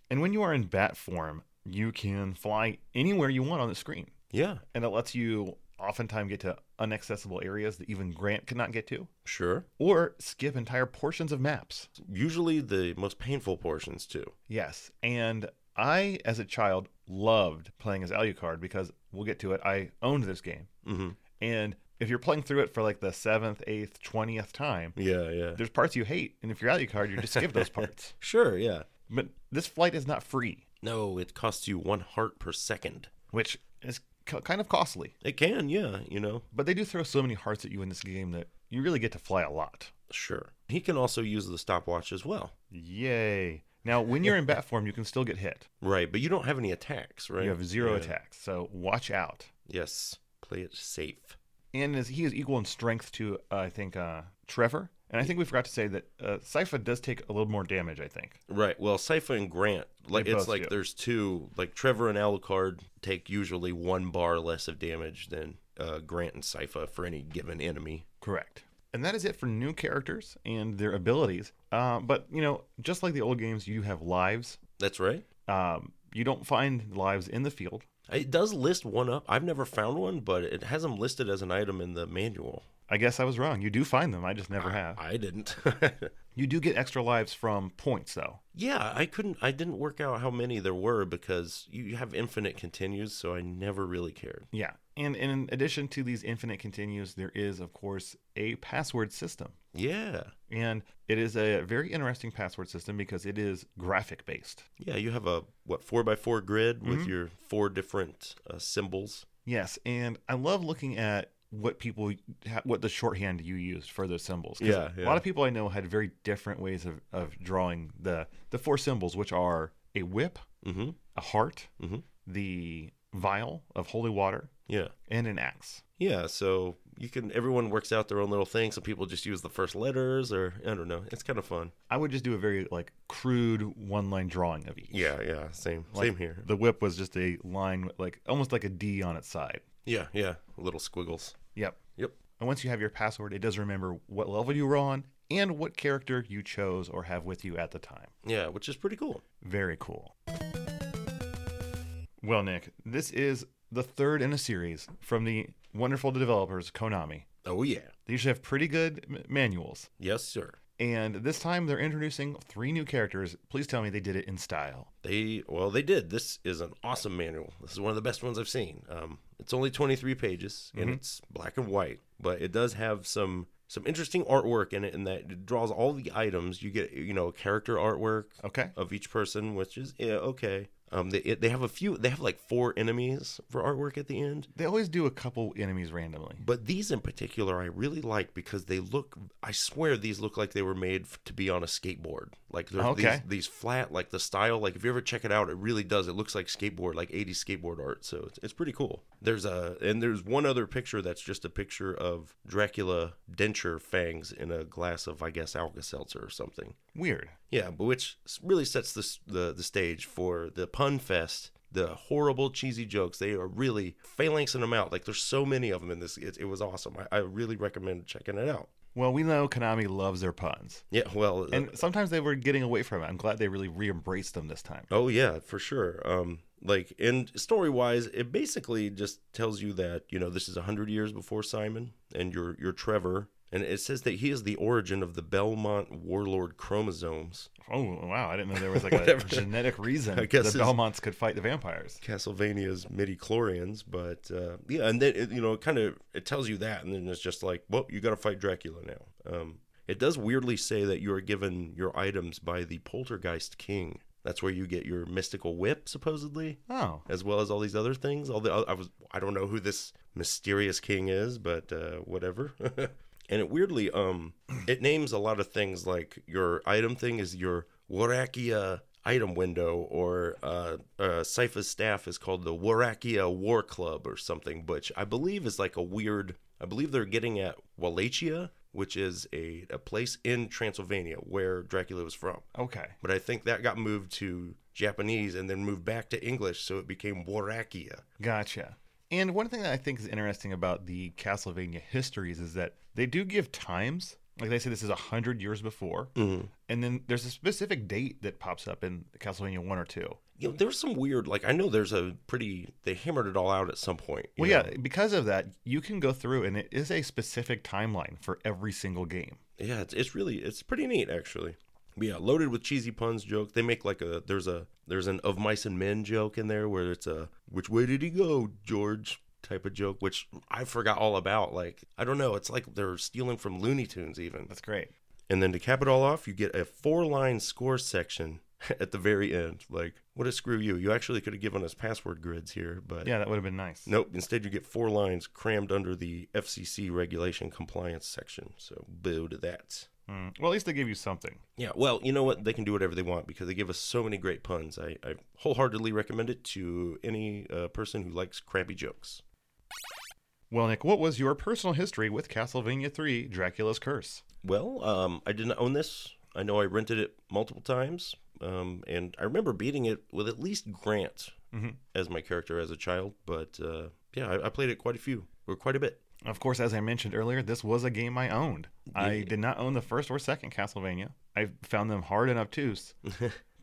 Speaker 1: and when you are in bat form, you can fly anywhere you want on the screen.
Speaker 2: yeah,
Speaker 1: And it lets you oftentimes get to unaccessible areas that even Grant could not get to,
Speaker 2: sure.
Speaker 1: or skip entire portions of maps.
Speaker 2: Usually the most painful portions too.
Speaker 1: Yes. And I, as a child, loved playing as Alucard because we'll get to it. I owned this game.
Speaker 2: Mm-hmm.
Speaker 1: And if you're playing through it for like the seventh, eighth, twentieth time,
Speaker 2: Yeah, yeah.
Speaker 1: there's parts you hate, and if you're out of your card, you just skip those parts.
Speaker 2: Sure, yeah.
Speaker 1: But this flight is not free,
Speaker 2: No, it costs you one heart per second.
Speaker 1: which is c- kind of costly.
Speaker 2: It can, yeah, you know.
Speaker 1: But they do throw so many hearts at you in this game that you really get to fly a lot.
Speaker 2: Sure. He can also use the stopwatch as well.
Speaker 1: Yay! Now, when you're in bat form, you can still get hit.
Speaker 2: Right, but you don't have any attacks, right?
Speaker 1: You have zero
Speaker 2: Yeah.
Speaker 1: attacks, so watch out.
Speaker 2: Yes. Play it safe.
Speaker 1: And is, he is equal in strength to, uh, I think, uh, Trevor. And I think we forgot to say that uh, Sypha does take a little more damage, I think.
Speaker 2: Right. Well, Sypha and Grant, like
Speaker 1: They
Speaker 2: it's
Speaker 1: both
Speaker 2: like
Speaker 1: do.
Speaker 2: there's two, like Trevor and Alucard take usually one bar less of damage than uh, Grant and Sypha for any given enemy.
Speaker 1: Correct. And that is it for new characters and their abilities. Uh, but, you know, just like the old games, you have lives.
Speaker 2: That's right.
Speaker 1: Um, you don't find lives in the field.
Speaker 2: It does list one up. I've never found one, but it has them listed as an item in the manual.
Speaker 1: I guess I was wrong. You do find them. I just
Speaker 2: Ah.
Speaker 1: never have.
Speaker 2: I didn't.
Speaker 1: You do get extra lives from points, though.
Speaker 2: yeah, I couldn't. I didn't work out how many there were because you have infinite continues, so I never really cared.
Speaker 1: Yeah. And, and in addition to these infinite continues, there is, of course, a password system.
Speaker 2: Yeah,
Speaker 1: And it is a very interesting password system because it is graphic based.
Speaker 2: yeah. You have a what four by four grid with your four different uh, symbols.
Speaker 1: Yes, and I love looking at what people ha- what the shorthand you used for those symbols. 'cause
Speaker 2: Yeah,
Speaker 1: a
Speaker 2: yeah.
Speaker 1: lot of people I know had very different ways of, of drawing the the four symbols, which are a whip,
Speaker 2: Mm-hmm.
Speaker 1: a heart,
Speaker 2: Mhm.
Speaker 1: the vial of holy water,
Speaker 2: Yeah,
Speaker 1: and an axe.
Speaker 2: yeah. So you can. Everyone works out their own little thing. Some people just use the first letters, or I don't know. It's kind of fun.
Speaker 1: I would just do a very like crude one line drawing of each.
Speaker 2: Yeah, yeah. Same,
Speaker 1: Like,
Speaker 2: same here.
Speaker 1: The whip was just a line with like almost like a D on its side.
Speaker 2: Yeah, yeah. Little squiggles.
Speaker 1: Yep.
Speaker 2: Yep.
Speaker 1: And once you have your password, it does remember what level you were on and what character you chose or have with you at the time.
Speaker 2: Yeah, which is pretty cool.
Speaker 1: Very cool. Well, Nick, this is the third in a series from the wonderful developers Konami.
Speaker 2: Oh yeah.
Speaker 1: They usually have pretty good m- manuals,
Speaker 2: Yes, sir.
Speaker 1: and this time they're introducing three new characters. Please tell me they did it in style.
Speaker 2: They well, they did. This is an awesome manual. This is one of the best ones I've seen. Um, it's only 23 pages and it's black and white, but it does have some some interesting artwork in it, and that it draws all the items. You get you know character artwork
Speaker 1: Okay.
Speaker 2: of each person, which is yeah, okay. Um, they it- they have a few. They have like four enemies for artwork at the end.
Speaker 1: They always do a couple enemies randomly.
Speaker 2: But these in particular, I really like because they look. I swear these look like they were made f- to be on a skateboard. Like they're
Speaker 1: Okay.
Speaker 2: these, these flat, like the style. Like if you ever check it out, it really does. It looks like skateboard, like '80s skateboard art. So it's, it's pretty cool. There's a and there's one other picture that's just a picture of Dracula denture fangs in a glass of I guess Alka Seltzer or something.
Speaker 1: Weird.
Speaker 2: Yeah, but which s- really sets the s- the, the stage for the pun fest. The horrible cheesy jokes. They are really phalanxing them out. Like there's so many of them in this. It, it was awesome. I, I really recommend checking it out.
Speaker 1: Well, we know Konami loves their puns.
Speaker 2: Yeah, well, uh,
Speaker 1: And sometimes they were getting away from it. I'm glad they really re embraced them this time.
Speaker 2: oh yeah, for sure. Um, like and story wise, it basically just tells you that you know this is hundred years before Simon and you're you're Trevor. And it says that he is the origin of the Belmont warlord chromosomes.
Speaker 1: Oh, wow. I didn't know there was like a
Speaker 2: Whatever.
Speaker 1: genetic reason
Speaker 2: I guess
Speaker 1: the
Speaker 2: it's-
Speaker 1: Belmonts could fight the vampires.
Speaker 2: Castlevania's midi chlorians, but uh, yeah, and then it, you know, it kind of it tells you that, and then it's just like, well, you got to fight Dracula now. Um, it does weirdly say that you are given your items by the Poltergeist King. That's where you get your mystical whip, supposedly,
Speaker 1: Oh.
Speaker 2: as well as all these other things. All the I was I don't know who this mysterious king is, but uh, whatever. and it weirdly um it names a lot of things like your item thing is your Warakia item window or uh, uh Sypha's staff is called the Warakia War Club or something, which I believe is like a weird. I believe they're getting at Wallachia, which is a, a place in Transylvania where Dracula was from
Speaker 1: Okay.
Speaker 2: but I think that got moved to Japanese and then moved back to English, so it became Warakia.
Speaker 1: Gotcha. And one thing that I think is interesting about the Castlevania histories is that they do give times. Like they say, this is 100 years before. And then there's a specific date that pops up in Castlevania 1 or 2.
Speaker 2: You know, there's some weird, like I know there's a pretty. They hammered it all out at some point. you
Speaker 1: Well,
Speaker 2: know?
Speaker 1: yeah, because of that, you can go through and it is a specific timeline for every single game.
Speaker 2: yeah. It's, it's really, it's pretty neat actually. But yeah, loaded with cheesy puns, jokes. They make like a there's a there's an of mice and men joke in there where it's a which way did he go, George type of joke, which I forgot all about. Like I don't know, it's like they're stealing from Looney Tunes even.
Speaker 1: That's great.
Speaker 2: And then to cap it all off, you get a four line score section at the very end. Like, what a screw you. You actually could have given us password grids here, but
Speaker 1: Yeah, that would have been nice.
Speaker 2: nope. Instead, you get four lines crammed under the FCC regulation compliance section. So, boo to that.
Speaker 1: Mm. Well, at least they gave you something.
Speaker 2: Yeah, well, you know what? They can do whatever they want because they give us so many great puns. I, I wholeheartedly recommend it to any uh, person who likes crappy jokes.
Speaker 1: Well, Nick, what was your personal history with Castlevania 3 Dracula's Curse?
Speaker 2: Well, um, I didn't own this. I know I rented it multiple times, um, and I remember beating it with at least Grant as my character as a child. But uh, yeah, I, I played it quite a few or quite a bit.
Speaker 1: Of course, as I mentioned earlier, this was a game I owned. I did not own the first or second Castlevania. I found them hard and obtuse.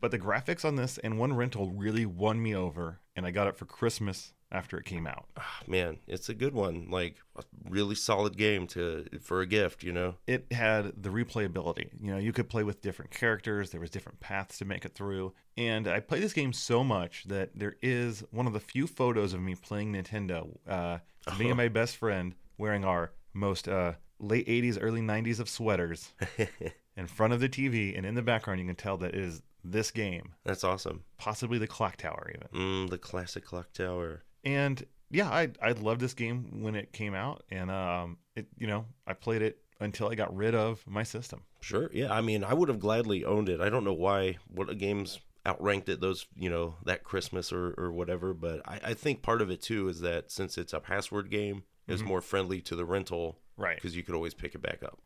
Speaker 1: but the graphics on this and one rental really won me over, and I got it for Christmas after it came out.
Speaker 2: Ah, man, it's a good one. Like a really solid game to for a gift, you know.
Speaker 1: It had the replayability. You know, you could play with different characters, there was different paths to make it through. And I played this game so much that there is one of the few photos of me playing Nintendo. Uh, Me and my best friend wearing our most uh, late 80s, early 90s of sweaters. in front of the TV and in the background, you can tell that it is this game,
Speaker 2: That's awesome.
Speaker 1: possibly the clock tower even.
Speaker 2: Mm, the classic clock tower.
Speaker 1: And yeah, I I loved this game when it came out, and um, it you know I played it until I got rid of my system.
Speaker 2: Sure. Yeah. I mean, I would have gladly owned it. I don't know why what games outranked it those you know that Christmas or or whatever. But I, I think part of it too is that since it's a password game, it's more friendly to the rental
Speaker 1: Right.
Speaker 2: because you could always pick it back up.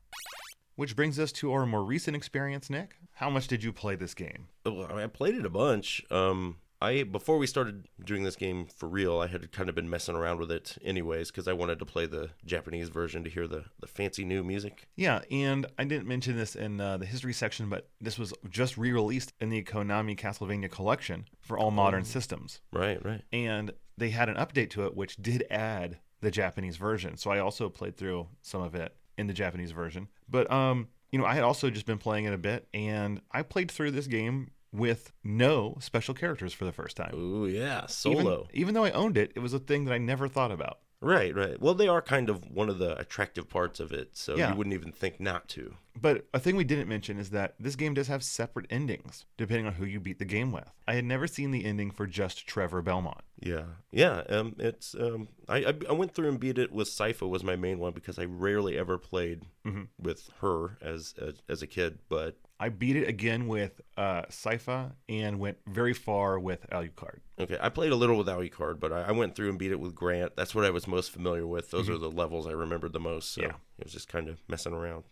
Speaker 1: Which brings us to our more recent experience, Nick. How much did you play this game?
Speaker 2: Well, Oh, I, mean, I played it a bunch. Um, I before we started doing this game for real, I had kind of been messing around with it anyways because I wanted to play the Japanese version to hear the the fancy new music.
Speaker 1: Yeah, and I didn't mention this in uh, the history section, but this was just re-released in the Konami Castlevania Collection for all modern systems.
Speaker 2: Right. Right.
Speaker 1: and they had an update to it which did add the Japanese version. So I also played through some of it in the Japanese version. But um, you know, I had also just been playing it a bit and I played through this game with no special characters for the first time.
Speaker 2: Ooh yeah,
Speaker 1: Even-
Speaker 2: solo.
Speaker 1: Even, though I owned it, it was a thing that I never thought about.
Speaker 2: Right, right. Well, they are kind of one of the attractive parts of it, so
Speaker 1: Yeah.
Speaker 2: you wouldn't even think not to.
Speaker 1: But a thing we didn't mention is that this game does have separate endings depending on who you beat the game with. I had never seen the ending for just Trevor Belmont.
Speaker 2: Yeah, yeah. Um, it's um, I, I I went through and beat it with Sypha was my main one because I rarely ever played
Speaker 1: Mhm.
Speaker 2: with her as, as as a kid, but
Speaker 1: I beat it again with uh, Sypha and went very far with Alucard.
Speaker 2: Okay, I played a little with Aoi Card, but I, I went through and beat it with Grant. That's what I was most familiar with. Those are the levels I remembered the most. So
Speaker 1: Mm-hmm. Yeah.
Speaker 2: it was just kind of messing around.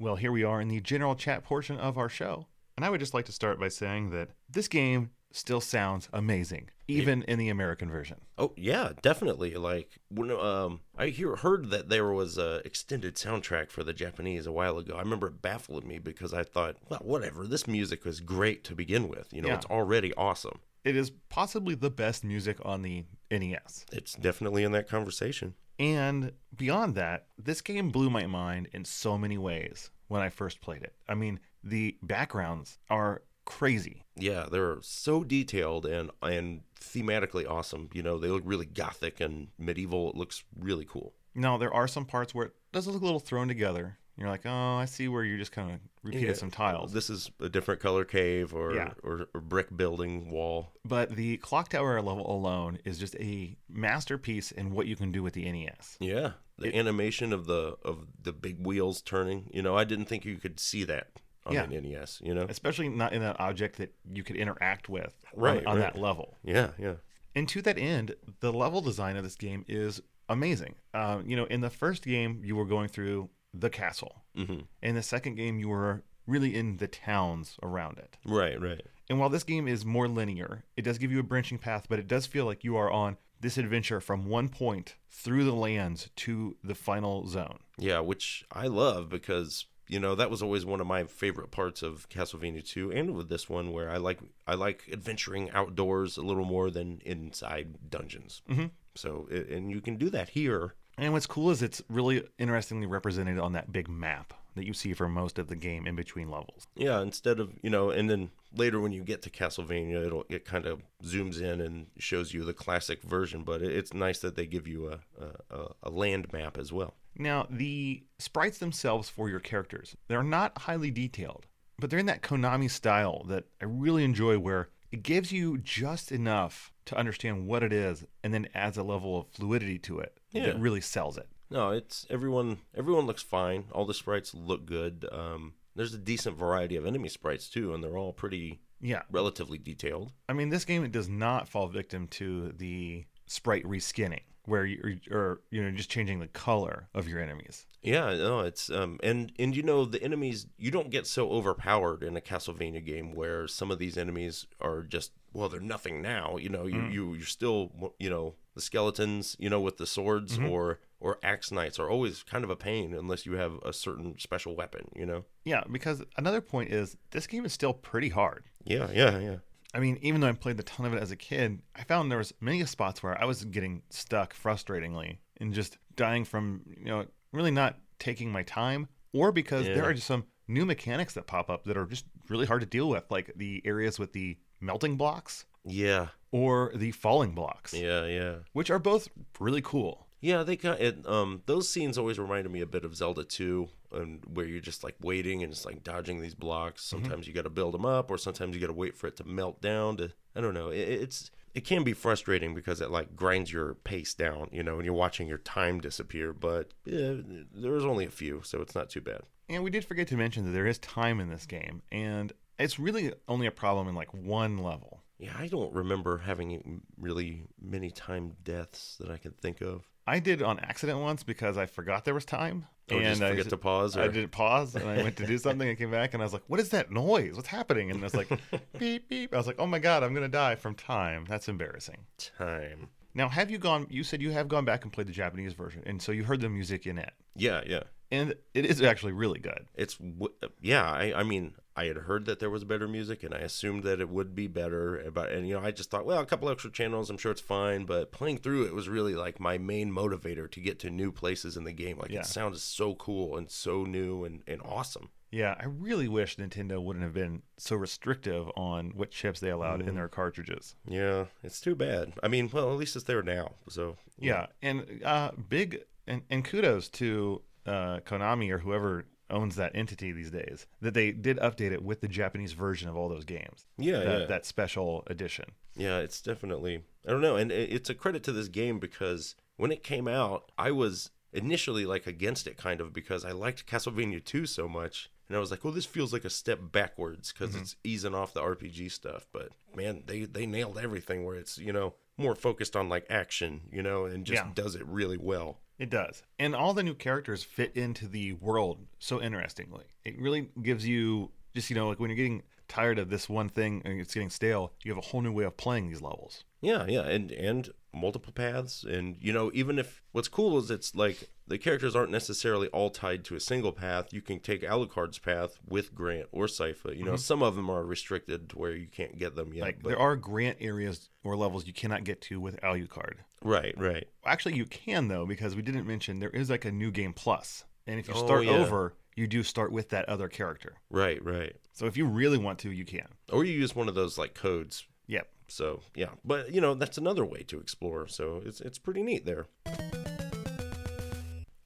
Speaker 1: Well, here we are in the general chat portion of our show. And I would just like to start by saying that this game still sounds amazing, even in the American version.
Speaker 2: Oh yeah, definitely. Like when um, I hear heard that there was a extended soundtrack for the Japanese a while ago. I remember it baffled me because I thought, well, whatever. This music was great to begin with. You know,
Speaker 1: Yeah.
Speaker 2: it's already awesome.
Speaker 1: It is possibly the best music on the E NES.
Speaker 2: It's definitely in that conversation.
Speaker 1: And beyond that, this game blew my mind in so many ways when I first played it. I mean, the backgrounds are crazy.
Speaker 2: Yeah, they're so detailed and and thematically awesome. You know, they look really gothic and medieval. It looks really cool.
Speaker 1: Now, there are some parts where it does look a little thrown together. You're like, oh, I see where you just kind of repeated
Speaker 2: Yeah.
Speaker 1: some tiles.
Speaker 2: This is a different color cave or
Speaker 1: Yeah.
Speaker 2: or, or brick building wall.
Speaker 1: But the clock tower level alone is just a masterpiece in what you can do with the E NES.
Speaker 2: Yeah, the animation of the of the big wheels turning. You know, I didn't think you could see that on
Speaker 1: Yeah.
Speaker 2: an NES. You know,
Speaker 1: Especially not in an object that you could interact with on-
Speaker 2: Right,
Speaker 1: on
Speaker 2: right.
Speaker 1: that level.
Speaker 2: yeah, yeah,
Speaker 1: And to that end, the level design of this game is amazing. Um, you know, in the first game, you were going through the castle.
Speaker 2: hmm
Speaker 1: In the second game, you were really in the towns around it.
Speaker 2: right, right.
Speaker 1: And while this game is more linear, it does give you a branching path, but it does feel like you are on this adventure from one point through the lands to the final zone.
Speaker 2: Yeah, which I love because you know that was always one of my favorite parts of Castlevania 2 and with this one where I like I like adventuring outdoors a little more than inside dungeons.
Speaker 1: Mhm.
Speaker 2: So a- and you can do that here.
Speaker 1: And what's cool is it's really interestingly represented on that big map that you see for most of the game in between levels.
Speaker 2: Yeah, instead of, you know, and then later when you get to Castlevania, it'll it kind of zooms in and shows you the classic version, but it, it's nice that they give you a, a- a a land map as well.
Speaker 1: Now, the sprites themselves for your characters, they're not highly detailed, but they're in that Konami style that I really enjoy where it gives you just enough to understand what it is and then adds a level of fluidity to it
Speaker 2: Yeah.
Speaker 1: that really sells it.
Speaker 2: No, it's everyone. Everyone looks fine. All the sprites look good. Um, there's a decent variety of enemy sprites too, and they're all pretty
Speaker 1: Yeah.
Speaker 2: relatively detailed.
Speaker 1: I mean, this game it does not fall victim to the sprite reskinning where you're, or, you know, just changing the color of your enemies.
Speaker 2: Yeah, no, it's um, and and you know the enemies you don't get so overpowered in a Castlevania game where some of these enemies are just well they're nothing now. You know, you you you're still you know the skeletons you know with the swords or or axe knights are always kind of a pain unless you have a certain special weapon. You know.
Speaker 1: Yeah, because another point is this game is still pretty hard.
Speaker 2: Yeah, yeah, yeah.
Speaker 1: I mean, even though I played a ton of it as a kid, I found there was many spots where I was getting stuck frustratingly and just dying from, you know, really not taking my time or because
Speaker 2: Yeah.
Speaker 1: there are just some new mechanics that pop up that are just really hard to deal with, like the areas with the melting blocks
Speaker 2: Yeah,
Speaker 1: or the falling blocks,
Speaker 2: yeah, yeah.
Speaker 1: which are both really cool.
Speaker 2: Yeah, they kind it, um those scenes always reminded me a bit of Zelda 2 and where you're just like waiting and just like dodging these blocks.
Speaker 1: Mm-hmm.
Speaker 2: Sometimes you got to build them up or sometimes you got to wait for it to melt down to I don't know. It, it's it can be frustrating because it like grinds your pace down, you know, and you're watching your time disappear, but yeah, there's only a few, so it's not too bad.
Speaker 1: And we did forget to mention that there is time in this game, and it's really only a problem in like one level.
Speaker 2: Yeah, I don't remember having really many time deaths that I can think of.
Speaker 1: I did on accident once because I forgot there was time.
Speaker 2: Or Oh, just
Speaker 1: I
Speaker 2: forget to pause or
Speaker 1: I did pause and I went to do something and came back and I was like, "What is that noise? What's happening?" And I was like, "Beep beep." I was like, "Oh my god, I'm gonna die from time. That's embarrassing."
Speaker 2: time.
Speaker 1: Now, have you gone? You said you have gone back and played the Japanese version, and so you heard the music in it,
Speaker 2: Yeah, yeah.
Speaker 1: and it is actually really good.
Speaker 2: it's w- yeah I, I mean i had heard that there was better music and i assumed that it would be better eh, but and you know i just thought well a couple extra channels i'm sure it's fine but playing through it was really like my main motivator to get to new places in the game like
Speaker 1: Yeah.
Speaker 2: it sounded so cool and so new and, and awesome
Speaker 1: Yeah, I really wish Nintendo wouldn't have been so restrictive on what chips they allowed in their cartridges.
Speaker 2: Yeah, it's too bad. I mean, well, at least it's there now. So
Speaker 1: Yeah, and uh, big and, and kudos to uh, Konami or whoever owns that entity these days that they did update it with the Japanese version of all those games.
Speaker 2: Yeah,
Speaker 1: that,
Speaker 2: yeah.
Speaker 1: that special edition.
Speaker 2: Yeah, it's definitely. I don't know, and it- it's a credit to this game because when it came out, I was initially like against it, kind of because I liked Castlevania 2 so much, and I was like, "Well, this feels like a step backwards because it's easing off the RPG stuff." But man, they they nailed everything where it's you know more focused on like action, you know, and just
Speaker 1: Yeah.
Speaker 2: does it really well.
Speaker 1: It does. And all the new characters fit into the world so interestingly. It really gives you just, you know, like when you're getting tired of this one thing and it's getting stale, you have a whole new way of playing these levels.
Speaker 2: Yeah, yeah, and and multiple paths, and you know, even if what's cool is it's like the characters aren't necessarily all tied to a single path. You can take Alucard's path with Grant or Sypha. You know, some of them are restricted to where you can't get them yet.
Speaker 1: Mm-hmm. Like
Speaker 2: but-
Speaker 1: there are grant areas or levels you cannot get to with Alucard.
Speaker 2: right, right.
Speaker 1: Actually, you can though because we didn't mention there is like a new game plus. And if you
Speaker 2: Oh,
Speaker 1: start
Speaker 2: yeah.
Speaker 1: over, you do start with that other character.
Speaker 2: Right, right.
Speaker 1: So if you really want to, you can.
Speaker 2: Or you use one of those like codes.
Speaker 1: Yep.
Speaker 2: So yeah. But you know, that's another way to explore. So it's it's pretty neat there.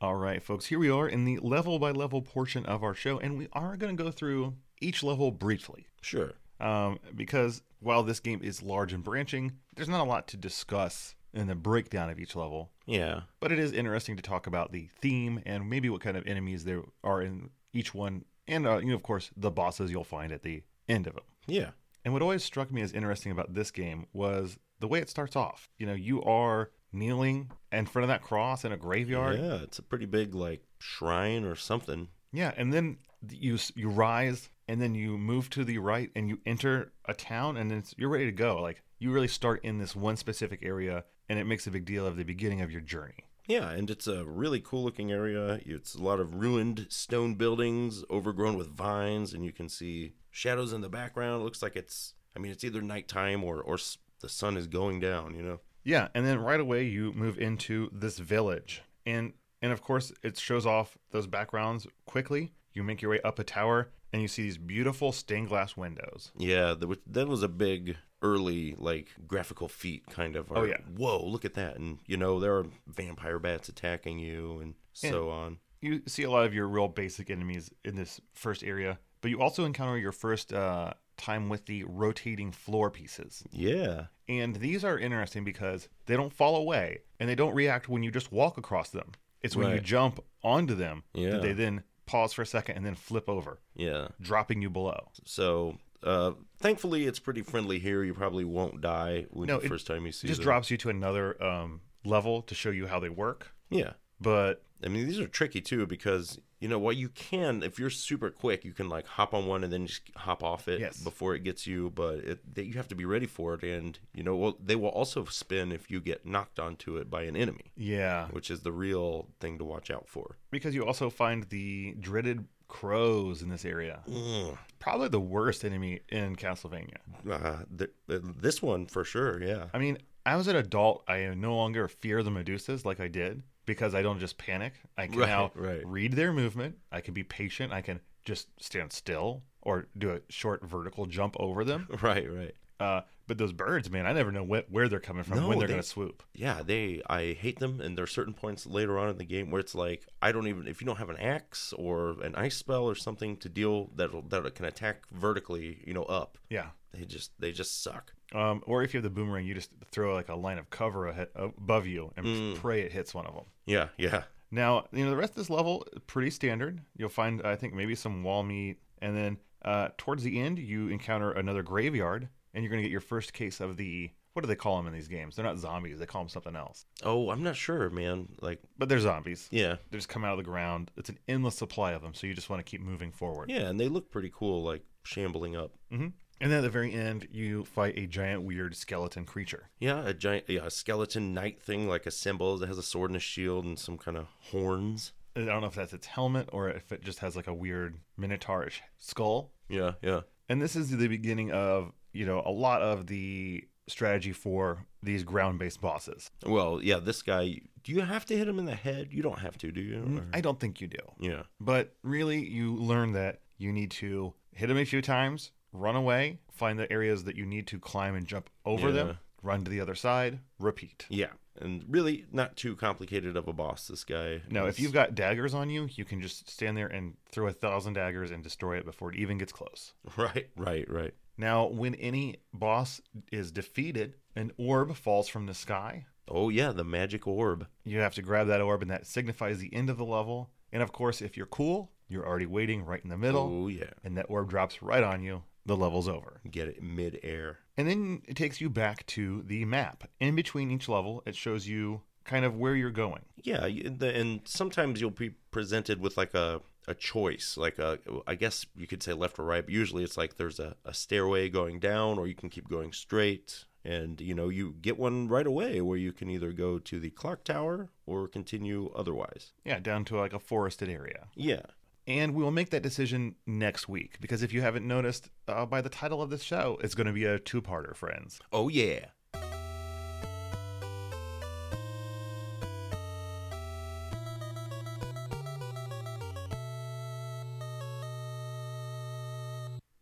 Speaker 1: All right, folks, here we are in the level by level portion of our show and we are going to go through each level briefly.
Speaker 2: Sure.
Speaker 1: um, because while this game is large and branching, there's not a lot to discuss in the breakdown of each level.
Speaker 2: Yeah.
Speaker 1: But it is interesting to talk about the theme and maybe what kind of enemies there are in each one, and uh, you know, of course, the bosses you'll find at the end of them.
Speaker 2: Yeah.
Speaker 1: And what always struck me as interesting about this game was the way it starts off. You know, you are kneeling in front of that cross in a graveyard.
Speaker 2: Yeah. It's a pretty big like shrine or something.
Speaker 1: Yeah, and then you you rise, and then you move to the right, and you enter a town, and it's you're ready to go. Like you really start in this one specific area, and it makes a big deal of the beginning of your journey.
Speaker 2: Yeah, and it's a really cool looking area. It's a lot of ruined stone buildings overgrown with vines, and you can see shadows in the background. It looks like it's, I mean, it's either nighttime or, or s- the sun is going down, you know?
Speaker 1: Yeah, and then right away you move into this village, and and of course it shows off those backgrounds quickly. You make your way up a tower, and you see these beautiful stained glass windows.
Speaker 2: Yeah, that was, that was a big early, like, graphical feat, kind of. or,
Speaker 1: Oh, yeah.
Speaker 2: Whoa, look at that. And, you know, there are vampire bats attacking you and so on.
Speaker 1: You see a lot of your real basic enemies in this first area, but you also encounter your first uh, time with the rotating floor pieces.
Speaker 2: Yeah.
Speaker 1: And these are interesting because they don't fall away and they don't react when you just walk across them. It's when you
Speaker 2: Right.
Speaker 1: jump onto them
Speaker 2: Yeah.
Speaker 1: that they then pause for a second and then flip over,
Speaker 2: Yeah.
Speaker 1: dropping you below.
Speaker 2: So. Uh, thankfully, it's pretty friendly here. You probably won't die when
Speaker 1: No,
Speaker 2: the
Speaker 1: it
Speaker 2: first time you see
Speaker 1: It just
Speaker 2: them.
Speaker 1: drops you to another um, level to show you how they work.
Speaker 2: Yeah.
Speaker 1: But
Speaker 2: I mean, these are tricky too because you know while you can, if you're super quick, you can like hop on one and then just hop off it
Speaker 1: Yes.
Speaker 2: before it gets you. But it, that you have to be ready for it, and you know, well, they will also spin if you get knocked onto it by an enemy,
Speaker 1: yeah,
Speaker 2: which is the real thing to watch out for.
Speaker 1: because you also find the dreaded crows in this area.
Speaker 2: Mm.
Speaker 1: Probably the worst enemy in Castlevania.
Speaker 2: Uh, th- uh, this one for sure, yeah.
Speaker 1: I mean, as an adult, I no longer fear the Medusas like I did because I don't just panic. I can
Speaker 2: Right,
Speaker 1: now
Speaker 2: right.
Speaker 1: read their movement. I can be patient. I can just stand still or do a short vertical jump over them.
Speaker 2: Right, right.
Speaker 1: Uh, but those birds, man, I never know wh- where they're coming from,
Speaker 2: No,
Speaker 1: when they're
Speaker 2: they-
Speaker 1: going to swoop.
Speaker 2: yeah, they I hate them, and there are certain points later on in the game where it's like I don't even if you don't have an axe or an ice spell or something to deal that that can attack vertically, you know, up.
Speaker 1: Yeah.
Speaker 2: They just they just suck.
Speaker 1: Um, or if you have the boomerang, you just throw like a line of cover ahead, above you and
Speaker 2: Mm.
Speaker 1: pray it hits one of them.
Speaker 2: Yeah, yeah,
Speaker 1: Now, you know, the rest of this level, pretty standard. You'll find, I think, maybe some wall meat. And then uh, towards the end, you encounter another graveyard, and you're going to get your first case of the. What do they call them in these games? They're not zombies, they call them something else.
Speaker 2: Oh, I'm not sure, man. Like,
Speaker 1: But they're zombies.
Speaker 2: yeah,
Speaker 1: They just come out of the ground. It's an endless supply of them, so you just want to keep moving forward.
Speaker 2: yeah, and they look pretty cool, like shambling up.
Speaker 1: hmm And then at the very end, you fight a giant, weird skeleton creature.
Speaker 2: Yeah, a giant, yeah, a skeleton knight thing, like a symbol that has a sword and a shield and some kind of horns.
Speaker 1: And I don't know if that's its helmet or if it just has like a weird minotaurish skull.
Speaker 2: Yeah, yeah,
Speaker 1: And this is the beginning of, you know, a lot of the strategy for these ground based bosses.
Speaker 2: Well, yeah, this guy. Do you have to Mm-hmm. hit him in the head? You don't have to, do you? Or-
Speaker 1: I don't think you do.
Speaker 2: yeah.
Speaker 1: But really, you learn that you need to hit them a few times, run away, find the areas that you need to climb and jump over
Speaker 2: Yeah.
Speaker 1: them, run to the other side, repeat.
Speaker 2: Yeah, and really not too complicated of a boss. This guy.
Speaker 1: No, if
Speaker 2: is-
Speaker 1: you've got daggers on you, you can just stand there and throw a thousand daggers and destroy it before it even gets close.
Speaker 2: right, right, right.
Speaker 1: Now, when any boss is defeated, an orb falls from the sky.
Speaker 2: Oh yeah, the magic orb.
Speaker 1: You have to grab that orb, and that signifies the end of the level. And of course, if you're cool, you're already waiting right in the middle,
Speaker 2: Oh yeah,
Speaker 1: and that orb drops right on you. The level's over.
Speaker 2: get it mid-air.
Speaker 1: And then it takes you back to the map. In between each level, it shows you kind of where you're going.
Speaker 2: Yeah, you- the, and sometimes you'll be presented with like a a choice, like a I guess you could say left or right, but usually it's like there's a, a stairway going down, or you can keep going straight. And you know you get one right away where you can either go to the clock tower or continue otherwise.
Speaker 1: Yeah, down to like a forested area.
Speaker 2: Yeah,
Speaker 1: And we will make that decision next week because if you haven't noticed uh, by the title of this show, it's going to be a two parter, friends.
Speaker 2: Oh yeah.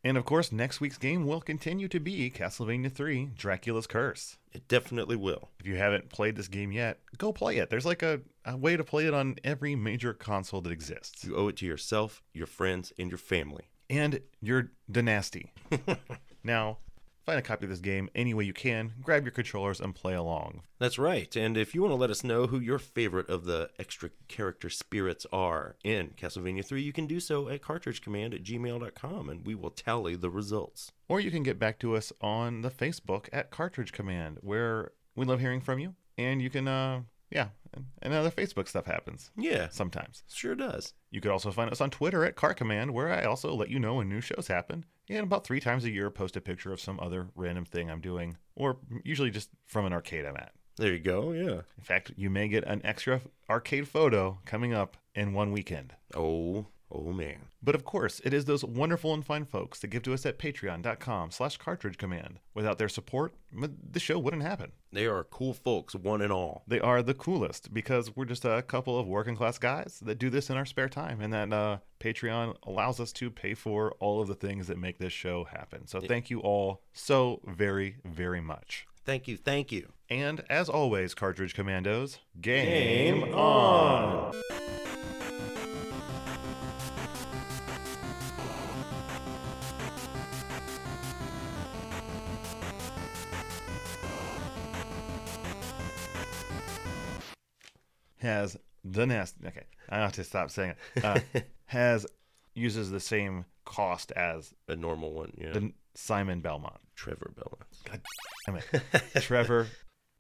Speaker 1: And of course, next week's game will continue to be Castlevania 3 Dracula's Curse.
Speaker 2: It definitely will.
Speaker 1: If you haven't played this game yet, go play it. There's like a, a way to play it on every major console that exists.
Speaker 2: You owe it to yourself, your friends, and your family.
Speaker 1: And you're Dynasty. now, find a copy of this game any way you can, grab your controllers, and play along.
Speaker 2: That's right. And if you want to let us know who your favorite of the extra character spirits are in Castlevania 3, you can do so at cartridgecommand at gmail.com and we will tally the results.
Speaker 1: Or you can get back to us on the Facebook at Cartridge Command, where we love hearing from you. And you can, uh, yeah, and, and other Facebook stuff happens
Speaker 2: Yeah,
Speaker 1: sometimes.
Speaker 2: sure does.
Speaker 1: You could also find us on Twitter at Car Command, where I also let you know when new shows happen. And about three times a year, post a picture of some other random thing I'm doing, or usually just from an arcade I'm at.
Speaker 2: There you go. Yeah.
Speaker 1: In fact, you may get an extra arcade photo coming up in one weekend.
Speaker 2: Oh, oh man.
Speaker 1: But of course, it is those wonderful and fine folks that give to us at patreon.com slash cartridge command. Without their support, m- the show wouldn't happen.
Speaker 2: They are cool folks, one and all.
Speaker 1: They are the coolest because we're just a couple of working class guys that do this in our spare time. And that uh, Patreon allows us to pay for all of the things that make this show happen. So thank you all so very, very much.
Speaker 2: Thank you. Thank you.
Speaker 1: And as always, Cartridge Commandos, game
Speaker 2: Game
Speaker 1: on! Has the nest. Okay, I have to stop saying it. Uh, has uses the same cost as
Speaker 2: A normal one. Yeah.
Speaker 1: the Simon Belmont.
Speaker 2: Trevor Belmont.
Speaker 1: Damn it. Trevor